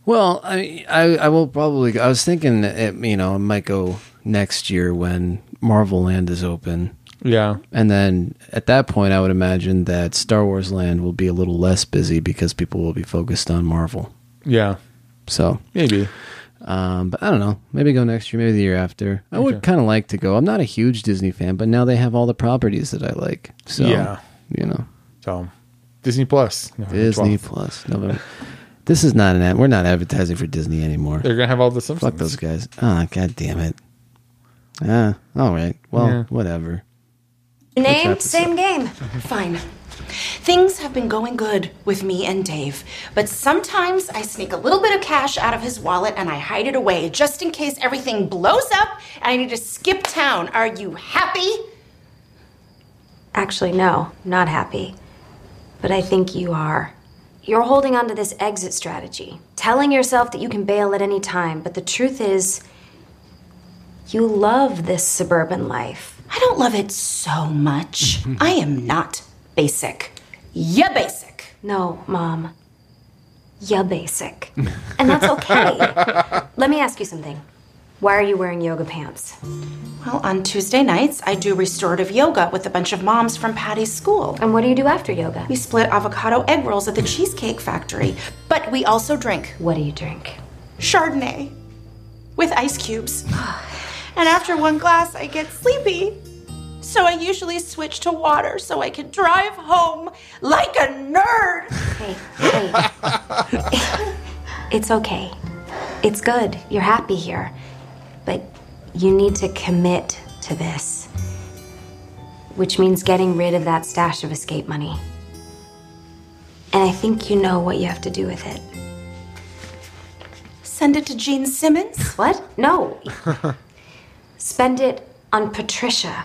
S2: Well, I, I I will probably. I was thinking, it, you know, I might go next year when Marvel Land is open.
S1: Yeah.
S2: and then at that point, I would imagine that Star Wars Land will be a little less busy because people will be focused on Marvel.
S1: yeah
S2: So
S1: maybe,
S2: um, but I don't know. Maybe go next year. Maybe the year after. I would
S1: Okay.
S2: kind of like to go. I'm not a huge Disney fan, but now they have all the properties that I like. So
S1: Yeah.
S2: you know,
S1: so Disney Plus November
S2: Disney
S1: 12th.
S2: Plus November. this is not an ad. We're not advertising for Disney anymore.
S1: They're gonna have all the Simpsons.
S2: Fuck those guys. Ah, god damn it. Ah, all right. Well,
S1: Yeah.
S2: whatever.
S8: Name,
S2: Which episode?
S8: same game. Fine.
S6: Things have been going good with me and Dave, but sometimes I sneak a little bit of cash out of his wallet and I hide it away just in case everything blows up and I need to skip town. Are you happy?
S5: Actually, no, not happy. But I think you are. You're holding on to this exit strategy, telling yourself that you can bail at any time, but the truth is, you love this suburban life.
S6: I don't love it so much. I am not basic. Yeah, basic.
S5: No, Mom. Yeah, basic. and that's okay. Let me ask you something. Why are you wearing yoga pants?
S6: Well, on Tuesday nights, I do restorative yoga with a bunch of moms from Patty's school.
S5: And what do you do after yoga?
S6: We split avocado egg rolls at the Cheesecake Factory, but we also drink.
S5: What do you drink?
S6: Chardonnay with ice cubes. and after one glass, I get sleepy. So I usually switch to water so I can drive home like a nerd.
S5: It's okay. It's good. You're happy here. But you need to commit to this, which means getting rid of that stash of escape money. And I think you know what you have to do with it.
S6: Send it to Gene Simmons?
S5: What? No. Spend it on Patricia.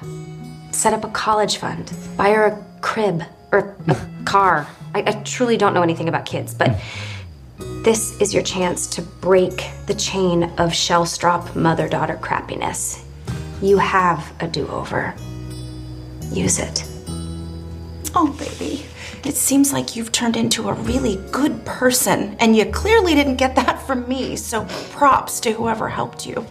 S5: Set up a college fund. Buy her a crib or a car. I, I truly don't know anything about kids, but this is your chance to break the chain of shellstrop mother daughter crappiness. You have a do over. Use it.
S6: Oh, baby. It seems like you've turned into a really good person, and you clearly didn't get that from me, so props to whoever helped you.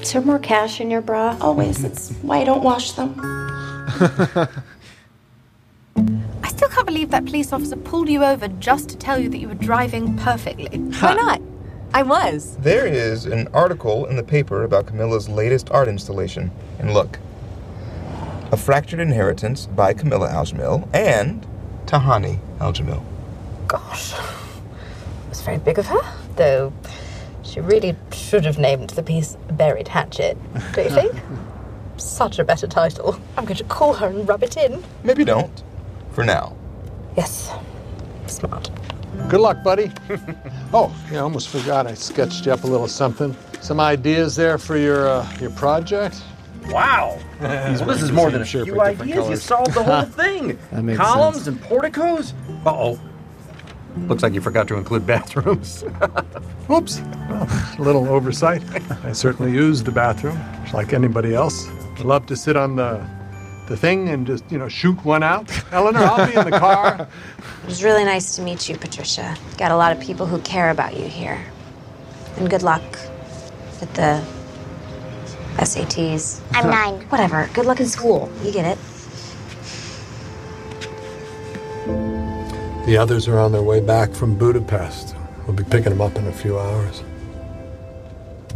S19: Is there more cash in your bra?
S6: Always. It's why I don't wash them.
S11: I still can't believe that police officer pulled you over just to tell you that you were driving perfectly. Why not? I was.
S22: There is an article in the paper about Camilla's latest art installation. And look A Fractured Inheritance by Camilla Aljamil and Tahani Aljamil.
S13: Gosh, that's very big of her. Though she really should have named the piece Buried Hatchet, do you think? Such a better title. I'm going to call her and rub it in.
S22: Maybe don't. For now.
S13: Yes, smart.
S4: Good luck, buddy. oh, yeah, I almost forgot. I sketched you up a little something. Some ideas there for your uh, your project.
S23: Wow.
S4: He's
S23: well, this is
S4: wearing
S23: more
S4: the
S23: than a
S4: same shirt,
S23: few
S4: but different
S23: ideas. You
S4: colors.
S23: solved the whole thing.
S4: That makes
S23: Columns
S4: sense.
S23: and porticos. Uh oh. Looks like you forgot to include bathrooms.
S4: Whoops. A little oversight. I certainly used the bathroom, just like anybody else. I'd love to sit on the the thing and just you know shoot one out. Eleanor, I'll be in the car.
S5: It was really nice to meet you, Patricia. Got a lot of people who care about you here. And good luck with the SATs.
S16: I'm nine.
S5: Whatever. Good luck in school. You get it.
S4: The others are on their way back from Budapest. We'll be picking them up in a few hours.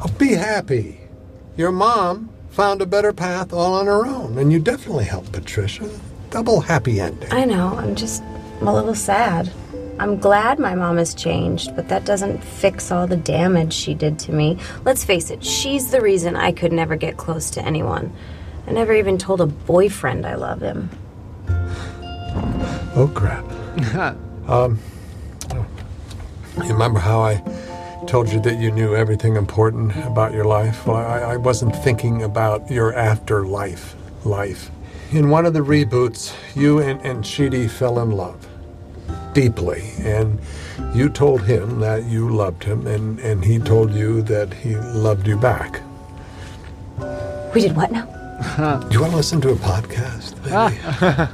S4: Oh, be happy. Your mom found a better path all on her own, and you definitely helped Patricia. Double happy ending.
S5: I know. I'm just I'm a little sad. I'm glad my mom has changed, but that doesn't fix all the damage she did to me. Let's face it, she's the reason I could never get close to anyone. I never even told a boyfriend I love him.
S4: Oh crap. um, you remember how I told you that you knew everything important about your life? Well, I, I wasn't thinking about your afterlife life. In one of the reboots, you and, and Chidi fell in love deeply, and you told him that you loved him, and, and he told you that he loved you back.
S5: We did what now?
S4: Do you want to listen to a podcast?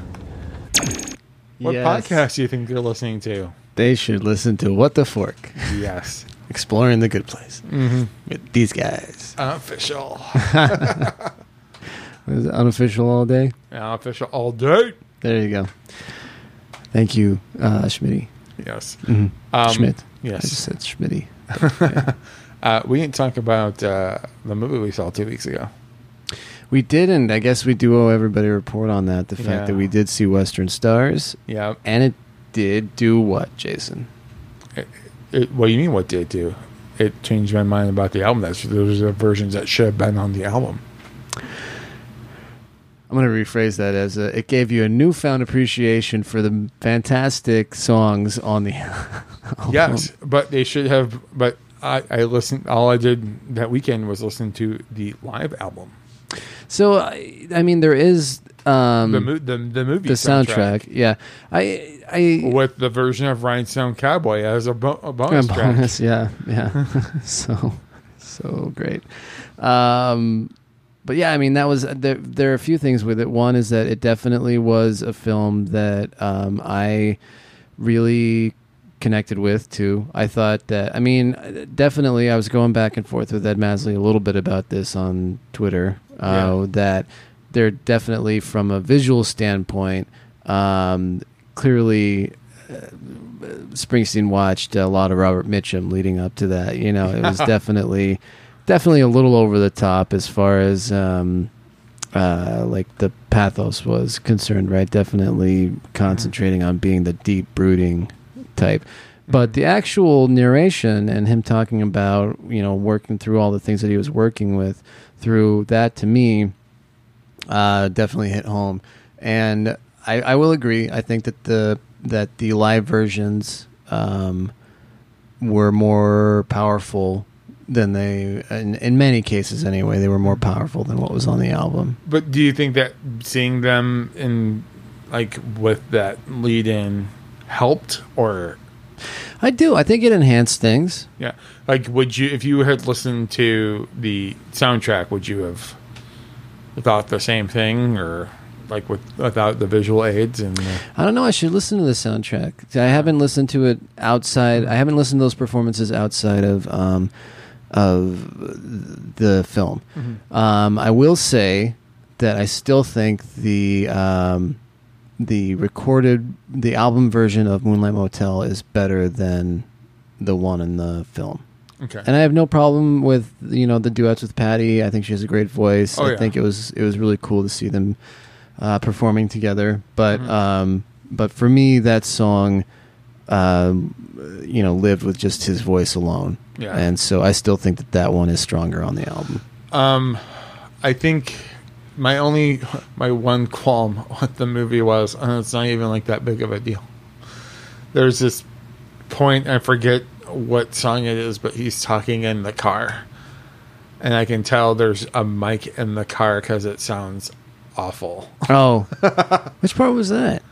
S1: What
S2: Yes.
S1: podcast do you think you're listening to?
S2: They should listen to What the Fork.
S1: Yes.
S2: Exploring the Good Place
S1: Mhm.
S2: with these guys.
S1: Unofficial.
S2: Was it unofficial all day?
S1: Unofficial all day.
S2: There you go. Thank you, uh, Schmitty.
S1: Yes.
S2: Mhm.
S1: Um,
S2: Schmidt.
S1: yes.
S2: I just said Schmitty.
S1: Uh, we didn't talk about uh, the movie we saw two weeks ago.
S2: We didn't. I guess we do owe everybody a report on that. The fact
S1: Yeah.
S2: that we did see Western Stars.
S1: Yeah.
S2: And it did do what, Jason?
S1: It, it, what do you mean? What did it do? It changed my mind about the album. That's those are versions that should have been on the album.
S2: I'm going to rephrase that as uh it gave you a newfound appreciation for the fantastic songs on the. album.
S1: Yes, but they should have. But I, I listened. All I did that weekend was listen to the live album.
S2: So I, I mean, there is um,
S1: The mo- the- the movie
S2: the
S1: soundtrack.
S2: soundtrack. Yeah, I I
S1: with the version of Rhinestone Cowboy as a, bo- a bonus
S2: Yeah,
S1: track.
S2: bonus, yeah, yeah. so, so great. Um, but yeah, I mean, that was there. There are a few things with it. One is that it definitely was a film that um, I really connected with too. I thought that. I mean, definitely, I was going back and forth with Ed Masley a little bit about this on Twitter. Uh, That they're definitely from a visual standpoint. Um, clearly, Springsteen watched a lot of Robert Mitchum leading up to that. You know, it was definitely, definitely a little over the top as far as um, uh, like the pathos was concerned, right? Definitely concentrating on being the deep brooding type. But the actual narration and him talking about, you know, working through all the things that he was working with through that to me, uh, definitely hit home. And I, I will agree. I think that the that the live versions um, were more powerful than they, in, in many cases anyway, they were more powerful than what was on the album.
S1: But do you think that seeing them in like with that lead in helped or
S2: I do. I think it enhanced things.
S1: yeah? Like would you if you had listened to the soundtrack, would you have thought the same thing or like with without the visual aids and the,
S2: I don't know. I should listen to the soundtrack. I haven't listened to it outside. I haven't listened to those performances outside of um, of the film.
S1: Mm-hmm.
S2: Um, I will say that I still think the um, the recorded the album version of Moonlight Motel is better than the one in the film.
S1: Okay.
S2: And I have no problem with you know the duets with Patty. I think she has a great voice.
S1: Oh,
S2: I
S1: yeah.
S2: think it was it was really cool to see them uh, performing together. But
S1: Mm-hmm.
S2: um, but for me, that song, um, you know, lived with just his voice alone.
S1: Yeah.
S2: And so I still think that that one is stronger on the album.
S1: Um, I think my only my one qualm with the movie was, and it's not even like that big of a deal. There's this point I forget what song it is, but he's talking in the car, and I can tell there's a mic in the car because it sounds awful.
S2: Oh, which part was that?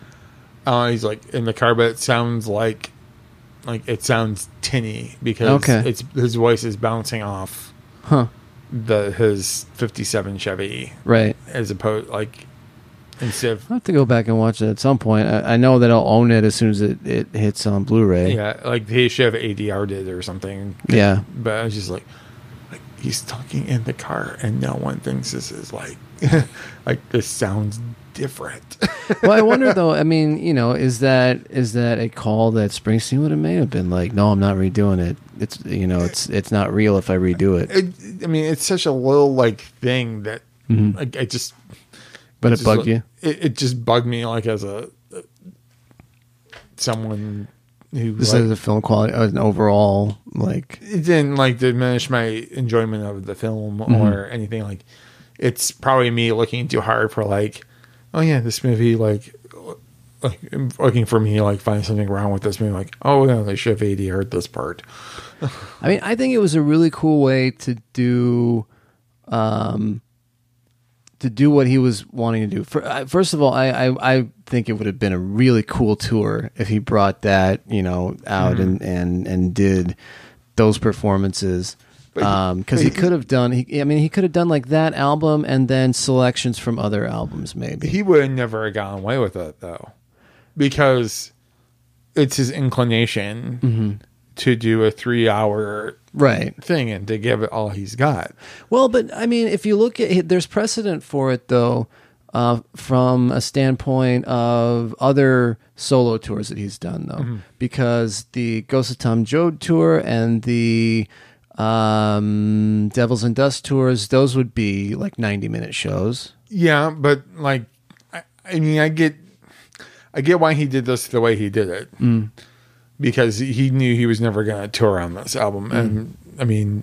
S1: Uh, he's like in the car, but it sounds like like it sounds tinny because
S2: Okay.
S1: it's his voice is bouncing off
S2: Huh.
S1: the his '57 Chevy,
S2: Right.
S1: As opposed, like instead of
S2: I'll have to go back and watch it at some point. I, I know that I'll own it as soon as it, it hits on Blu-ray.
S1: yeah, like he should have ADR did or something.
S2: Yeah.
S1: but I was just like, like he's talking in the car, and no one thinks this is like like this sounds different.
S2: well, I wonder though. I mean, you know, is that is that a call that Springsteen would have made? Have been like, no, I'm not redoing it. It's you know, it's it's not real if I redo it.
S1: It, I mean, it's such a little like thing that
S2: Mhm.
S1: like I just.
S2: But it
S1: just,
S2: bugged you?
S1: It, it just bugged me like as a, a someone who
S2: This
S1: like,
S2: is a film quality, an overall like.
S1: it didn't like diminish my enjoyment of the film or
S2: Mhm.
S1: anything like it's probably me looking too hard for like oh yeah this movie like uh, like looking for me to, like find something wrong with this movie like oh no they should have ADR'd this part
S2: I mean, I think it was a really cool way to do, um, to do what he was wanting to do. For, I, first of all, I, I I think it would have been a really cool tour if he brought that you know out
S1: Mhm.
S2: and and and did those performances. Um, because he
S1: but he-
S2: could have done, he, I mean, he could have done like that album and then selections from other albums, maybe.
S1: he would have never gotten away with it though because it's his inclination
S2: Mhm.
S1: to do a three hour
S2: Right.
S1: thing and to give it all he's got
S2: Well, but I mean, if you look at there's precedent for it though, uh, from a standpoint of other solo tours that he's done though,
S10: Mhm.
S2: because the Ghost of Tom Joad tour and the um, Devils and Dust tours, those would be like 90 minute shows.
S1: Yeah, but like, I, I mean, I get, I get why he did this the way he did it,
S2: Mm.
S1: because he knew he was never going to tour on this album,
S2: Mm.
S1: and I mean,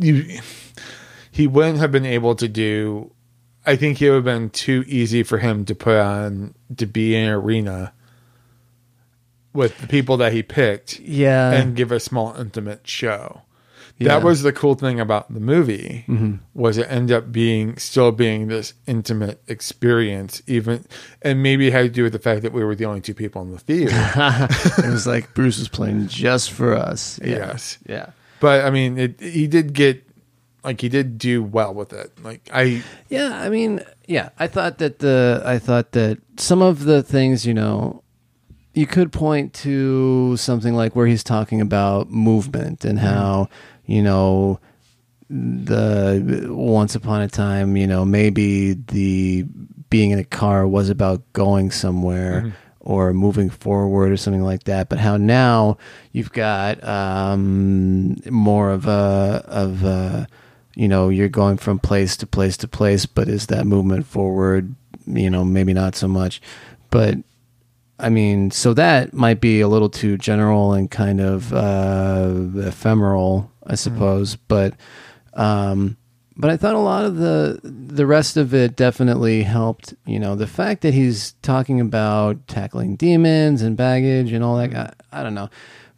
S1: you, he wouldn't have been able to do I think it would have been too easy for him to put on to be in an arena with the people that he picked,
S2: Yeah.
S1: and give a small intimate show.
S2: Yeah.
S1: That was the cool thing about the movie
S7: Mm-hmm.
S2: Mhm.
S1: was it ended up being still being this intimate experience, even and maybe it had to do with the fact that we were the only two people in the theater.
S7: it was like Bruce was playing just for us. Yeah.
S1: Yes.
S7: Yeah.
S1: But I mean, it, he did get like he did do well with it. Like I
S2: Yeah, I mean, yeah, I thought that the I thought that some of the things, you know, you could point to something like where he's talking about movement and how, you know, the once upon a time, you know, maybe the being in a car was about going somewhere
S7: Mhm.
S2: or moving forward or something like that. But how now you've got um, more of a of a, you know you're going from place to place to place, but is that movement forward? You know, maybe not so much, but I mean, so that might be a little too general and kind of uh, ephemeral, I suppose. But, um, but I thought a lot of the the rest of it definitely helped. You know, the fact that he's talking about tackling demons and baggage and all that. I, I don't know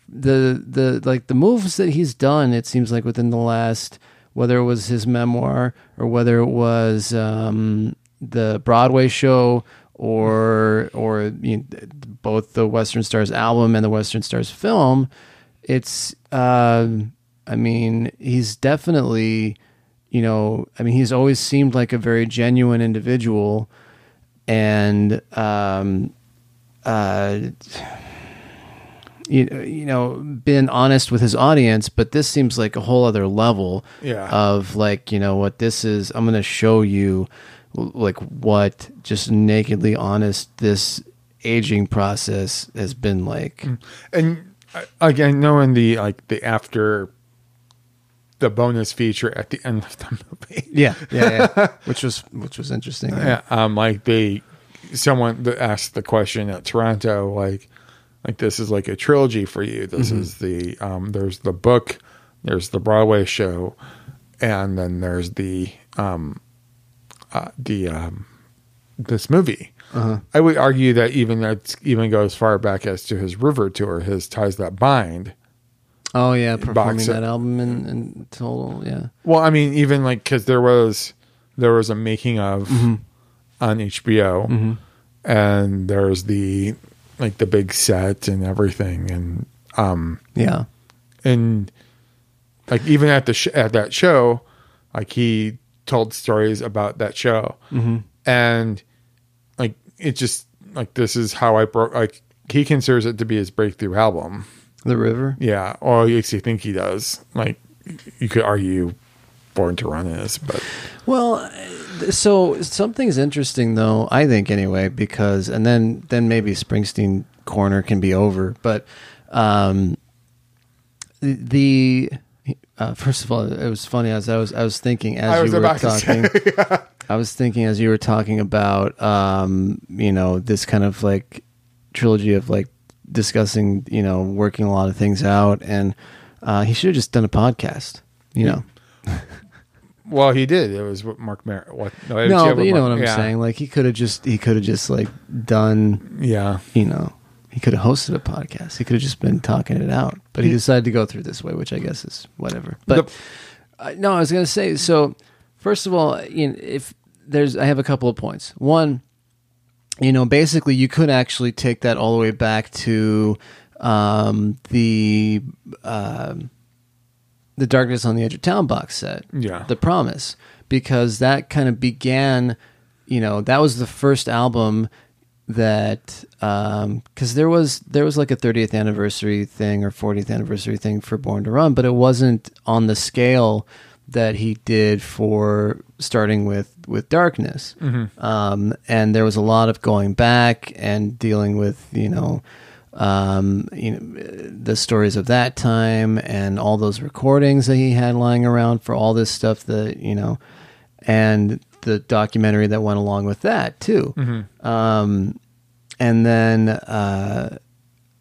S2: the the like the moves that he's done. It seems like within the last, whether it was his memoir or whether it was um, the Broadway show or or you know, th- both the Western Stars album and the Western Stars film. It's uh, I mean he's definitely you know I mean he's always seemed like a very genuine individual and um uh you, you know been honest with his audience but this seems like a whole other level
S1: Yeah.
S2: of like you know what this is i'm going to show you like what just nakedly honest this aging process has been like
S1: and I- like I know in the like the after the bonus feature at the end of the movie.
S2: Yeah, yeah, yeah. which was which was interesting.
S1: Yeah, um, like they someone that asked the question at Toronto, like like this is like a trilogy for you. This
S2: Mhm.
S1: is the um, there's the book, there's the Broadway show, and then there's the um, uh, the um, this movie.
S2: Uh-huh.
S1: I would argue that even that even goes far back as to his River tour, his ties that bind.
S2: oh yeah performing
S1: Box set.
S2: that album in, in total yeah
S1: Well, I mean, even like because there was there was a making of
S2: Mhm.
S1: on HBO,
S2: Mhm.
S1: and there's the like the big set and everything, and um
S2: Yeah.
S1: and like even at the sh- at that show, like he told stories about that show,
S7: Mhm.
S1: and like it just like this is how I broke like he considers it to be his breakthrough album.
S2: The River?
S1: Yeah. Or you actually think he does. Like you could argue Born to Run is, but
S2: Well, th- so something's interesting though, I think anyway, because and then then maybe Springsteen corner can be over, but um the uh, first of all, it was funny as I was I was thinking as
S1: I was
S2: you were
S1: about to
S2: talking.
S1: say,
S2: I was thinking as you were talking about um, you know this kind of like trilogy of like discussing you know working a lot of things out, and uh, he should have just done a podcast, you know.
S1: well, he did. It was what Mark Merritt. What, it was- yeah,
S2: no,
S1: with
S2: but you know
S1: Mark-
S2: what I'm
S1: yeah.
S2: saying. Like he could have just he could have just like done
S1: yeah.
S2: You know, he could have hosted a podcast. He could have just been talking it out. But he decided to go through this way, which I guess is whatever. But uh, no, I was going to say so. First of all, you know, if there's, I have a couple of points. One, you know, basically, you could actually take that all the way back to um, the um, the Darkness on the Edge of Town box set,
S1: Yeah.
S2: the Promise, because that kind of began. You know, that was the first album that because there was there was like a 30th anniversary thing or 40th anniversary thing for Born to Run, but it wasn't on the scale that he did for starting with with Darkness
S7: Mhm.
S2: um, and there was a lot of going back and dealing with you know um, you know the stories of that time and all those recordings that he had lying around for all this stuff that you know and the documentary that went along with that too
S7: Mhm.
S2: um, and then uh,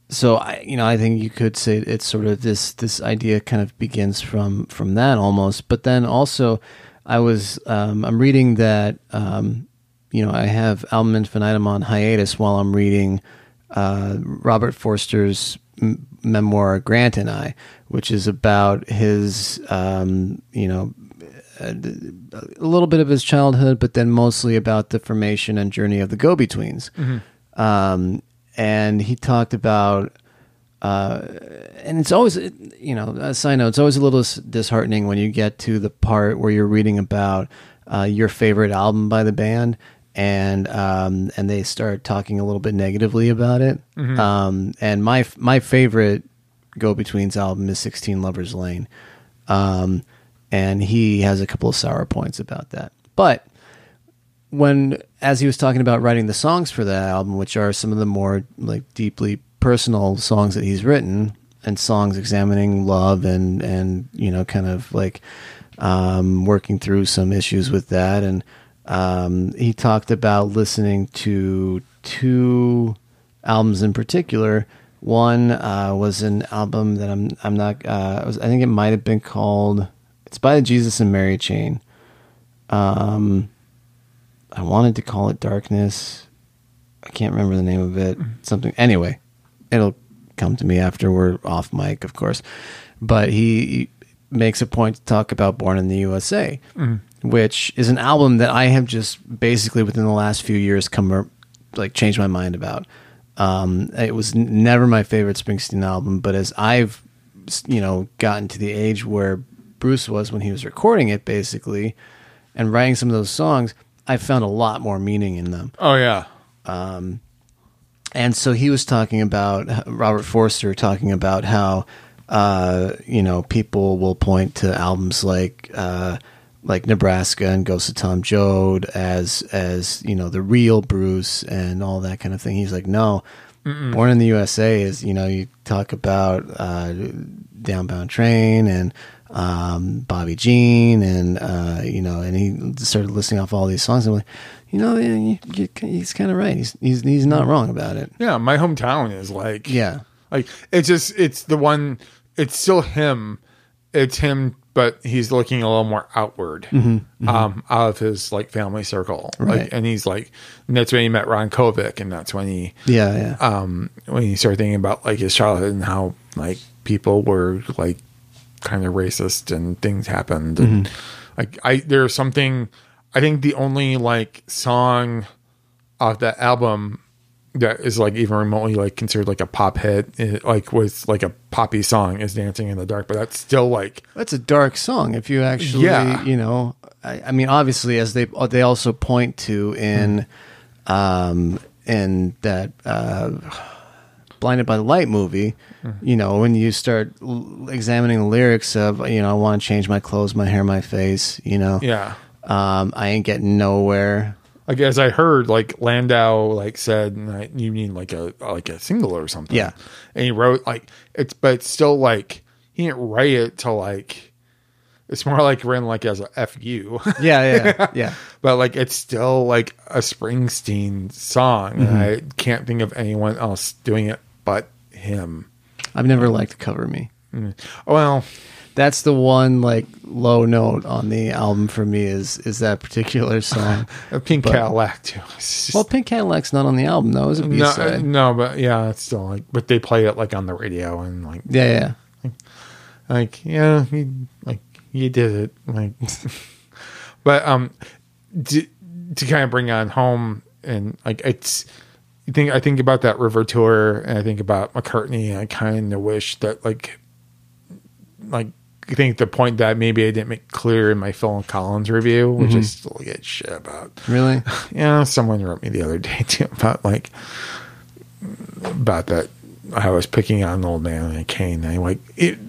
S2: so I you know I think you could say it's sort of this this idea kind of begins from from that almost but then also I was um, I'm reading that um, you know I have Album Infinitum on hiatus while I'm reading uh, Robert Forster's m- memoir Grant and I, which is about his um, you know a uh, a little bit of his childhood, but then mostly about the formation and journey of the Go Betweens.
S13: Mm-hmm.
S9: Mhm.
S2: Um, and he talked about, uh, and it's always, you know, a side note, it's always a little s- disheartening when you get to the part where you're reading about uh, your favorite album by the band. And um, and they start talking a little bit negatively about it.
S9: Mhm.
S2: Um, and my f- my favorite Go Betweens album is 16 Lovers Lane. Um, and he has a couple of sour points about that. But when, as he was talking about writing the songs for that album, which are some of the more like deeply personal songs that he's written and songs examining love and, and, you know, kind of like, um, working through some issues with that. And, um, he talked about listening to two albums in particular. One uh, was an album that I'm I'm not. Uh, it was, I think it might have been called. It's by the Jesus and Mary Chain. Um, I wanted to call it Darkness. I can't remember the name of it. Something. Anyway, it'll come to me after we're off mic, of course. But he, he makes a point to talk about Born in the USA,
S9: Mhm.
S2: which is an album that I have just basically within the last few years come ar- like changed my mind about. Um, it was n- never my favorite Springsteen album, but as I've s- you know gotten to the age where Bruce was when he was recording it, basically, and writing some of those songs, I found a lot more meaning in them.
S1: Oh yeah.
S2: Um, and so he was talking about Robert Forster talking about how uh, you know people will point to albums like uh, like Nebraska and Ghost of Tom Joad as as you know the real Bruce and all that kind of thing. He's like, no,
S9: Mm-mm.
S2: Born in the USA is you know you talk about uh, Downbound Train and um, Bobby Jean and uh, you know and he started listing off all these songs. And I'm like, you know, yeah, you, you, he's kind of right. He's, he's he's not wrong about it.
S1: Yeah, my hometown is like
S2: Yeah.
S1: like it's just it's the one. It's still him. It's him, but he's looking a little more outward,
S2: Mm-hmm,
S9: Mhm, mhm.
S1: um, out of his like family circle,
S9: Right.
S1: Like, and he's like, and that's when he met Ron Kovic, and that's when he
S2: Yeah, yeah.
S1: um, when you start thinking about like his childhood and how like people were like kind of racist and things happened and like I there's something I think the only like song off that album that is like even remotely like considered like a pop hit it, like was like a poppy song is dancing in the dark but that's still like
S2: That's a dark song. If you actually,
S1: Yeah.
S2: you know, I, I mean, obviously, as they uh, they also point to in, um, in that uh, blinded by the light movie,
S1: Mm-hmm.
S2: you know, when you start l- examining the lyrics of, you know, I want to change my clothes, my hair, my face, you know,
S1: Yeah.
S2: um, I ain't getting nowhere.
S1: like as I heard, like Landau like said, and I- you mean like a like a single or something.
S2: Yeah.
S1: and he wrote like it's, but it's still like he didn't write it to like it's more like written like as a fu.
S2: Yeah, yeah, yeah.
S1: but like it's still like a Springsteen song.
S2: Mm-hmm.
S1: and I can't think of anyone else doing it but him.
S2: I've never liked Cover Me.
S1: Mm. Well,
S2: that's the one like low note on the album for me is is that particular song.
S1: Pink
S2: But-
S1: Cadillac too.
S2: Well, Pink Cadillac's not on the album though. It was a B
S1: No, uh,
S2: side.
S1: no, but yeah, it's still like, but they play it like on the radio and like,
S2: Yeah, yeah.
S1: like, like, yeah, you, like you did it, like. but um, to, to kind of bring on home and like it's, you think I think about that River tour and I think about McCartney and I kind of wish that like, like. I think the point that maybe I didn't make clear in my Phil Collins review, which I
S9: Mhm.
S1: still get shit about.
S2: Really?
S1: Yeah, someone wrote me the other day too about like about that I was picking on an old man in a cane. And I'm like it,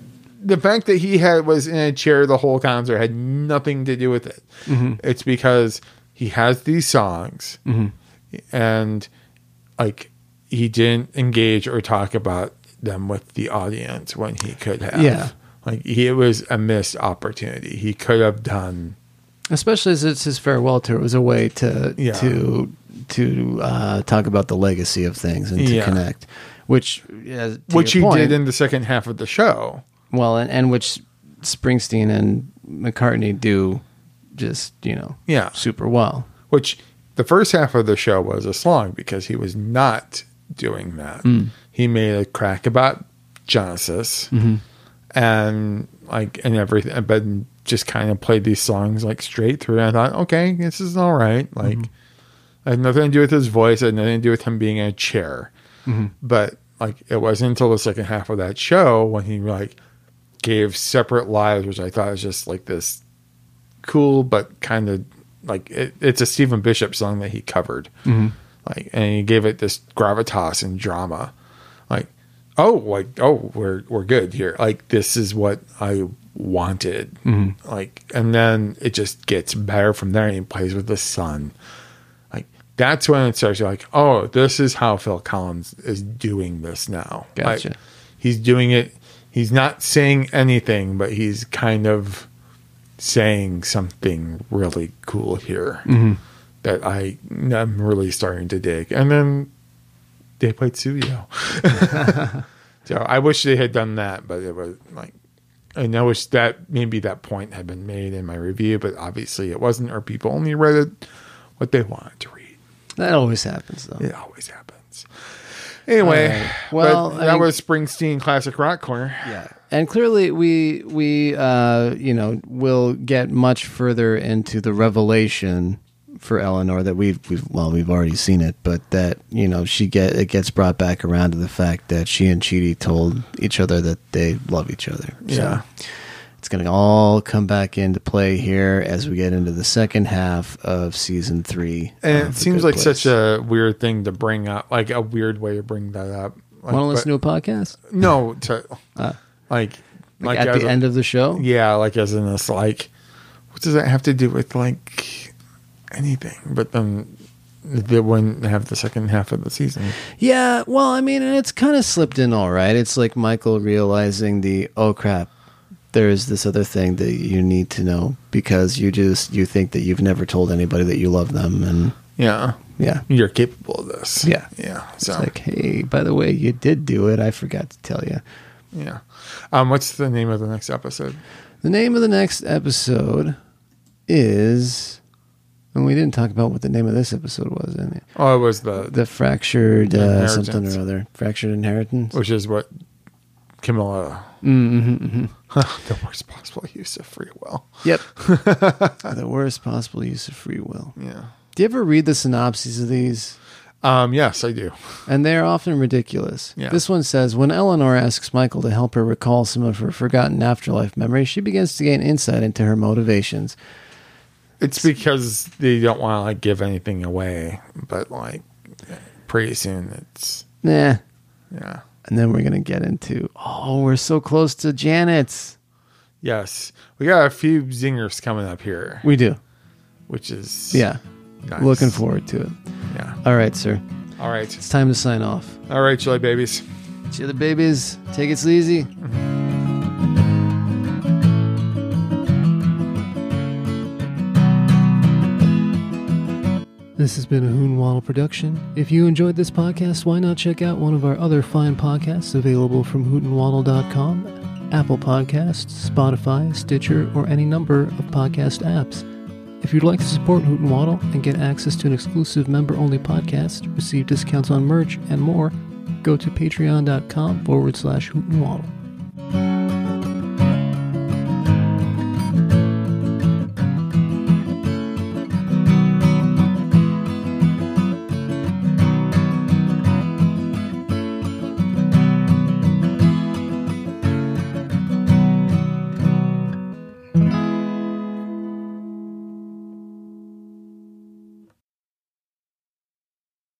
S1: the fact that he had was in a chair the whole concert had nothing to do with it.
S2: Mm-hmm.
S9: Mhm.
S1: It's because he has these songs
S9: Mhm.
S1: and like he didn't engage or talk about them with the audience when he could have.
S2: Yeah.
S1: Like he, it was a missed opportunity. He could have done
S2: Especially as it's his farewell tour, it was a way to
S1: Yeah.
S2: to to uh, talk about the legacy of things and to
S1: Yeah.
S2: connect, which yeah,
S1: which he did in the second half of the show.
S2: well, and, and which Springsteen and McCartney do just you know
S1: yeah
S2: super well
S1: which the first half of the show was a slog because he was not doing that
S2: Mm.
S1: he made a crack about genesis
S2: Mhm.
S1: and like and everything but just kind of played these songs like straight through and i thought okay this is all right like i had nothing to do with his voice it had nothing to do with him being in a chair but like it wasn't until the second half of that show when he like gave separate lives which i thought was just like this cool but kind of like it, it's a stephen bishop song that he covered
S24: Mhm.
S1: like and he gave it this gravitas and drama like oh like oh we're we're good here like this is what i wanted
S24: Mhm.
S1: like and then it just gets better from there and he plays with the sun like that's when it starts you're like oh this is how phil collins is doing this now Like,
S2: Gotcha.
S1: he's doing it he's not saying anything but he's kind of saying something really cool here
S24: Mhm.
S1: that i i'm really starting to dig and then they played Suyo. so I wish they had done that, but it was like, and I wish that maybe that point had been made in my review, but obviously it wasn't, or people only read it what they wanted to read.
S2: That always happens, though.
S1: It always happens. Anyway,
S2: All right.
S1: well,
S2: Well, I
S1: that
S2: think-
S1: was Springsteen Classic Rock Corner.
S2: Yeah. and clearly we we uh you know will get much further into the revelation for Eleanor that we've we've well we've already seen it but that you know she get it gets brought back around to the fact that she and Chidi told each other that they love each other
S1: Yeah.
S2: so it's going to all come back into play here as we get into the second half of season 3
S1: And it
S2: of The
S1: seems
S2: Good
S1: like
S2: Place.
S1: such a weird thing to bring up, like a weird way to bring that up. Like,
S2: want to listen to a
S1: but-
S2: podcast
S1: No, to like,
S2: Uh, like at
S1: as
S2: the
S1: a-
S2: end of the show
S1: Yeah, like as in this, like, what does that have to do with like anything? But then they wouldn't have the second half of the season.
S2: Yeah, well, I mean, and it's kind of slipped in all right. It's like Michael realizing the oh crap, there's this other thing that you need to know because you just you think that you've never told anybody that you love them and
S1: Yeah,
S2: yeah,
S1: you're capable of this.
S2: Yeah,
S1: yeah.
S2: It's
S1: so-
S2: like, hey, by the way, you did do it. I forgot to tell you.
S1: Yeah. Um, what's the name of the next episode?
S2: The name of the next episode is, and we didn't talk about what the name of this episode was, in it.
S1: Oh, it was the
S2: The fractured
S1: The
S2: uh,
S1: Inheritance.
S2: something or other, fractured inheritance,
S1: which is what Camilla.
S2: Mm-hmm,
S1: the worst possible use of free will.
S2: Yep. the worst possible use of free will.
S1: Yeah.
S2: Do you ever read the synopses of these?
S1: Um, yes, I do.
S2: And they're often ridiculous.
S1: Yeah.
S2: This one says When Eleanor asks Michael to help her recall some of her forgotten afterlife memories, she begins to gain insight into her motivations.
S1: It's because they don't want to like give anything away, but like pretty soon it's
S2: Nah.
S1: Yeah.
S2: And then we're going to get into, oh, we're so close to Janet's.
S1: yes. We got a few zingers coming up here.
S2: We do.
S1: which is
S2: Yeah.
S1: nice.
S2: Looking forward to it.
S1: Yeah.
S2: All right, sir.
S1: All right.
S2: It's time to sign off.
S1: All right, Chili Babies.
S2: Chili Babies, take it sleazy. This has been a Hoon Waddle production. If you enjoyed this podcast, why not check out one of our other fine podcasts available from hootenwaddle.com, Apple Podcasts, Spotify, Stitcher, or any number of podcast apps. If you'd like to support Hoot and Waddle and get access to an exclusive member-only podcast, receive discounts on merch, and more, go to patreon.com forward slash Hoot and Waddle.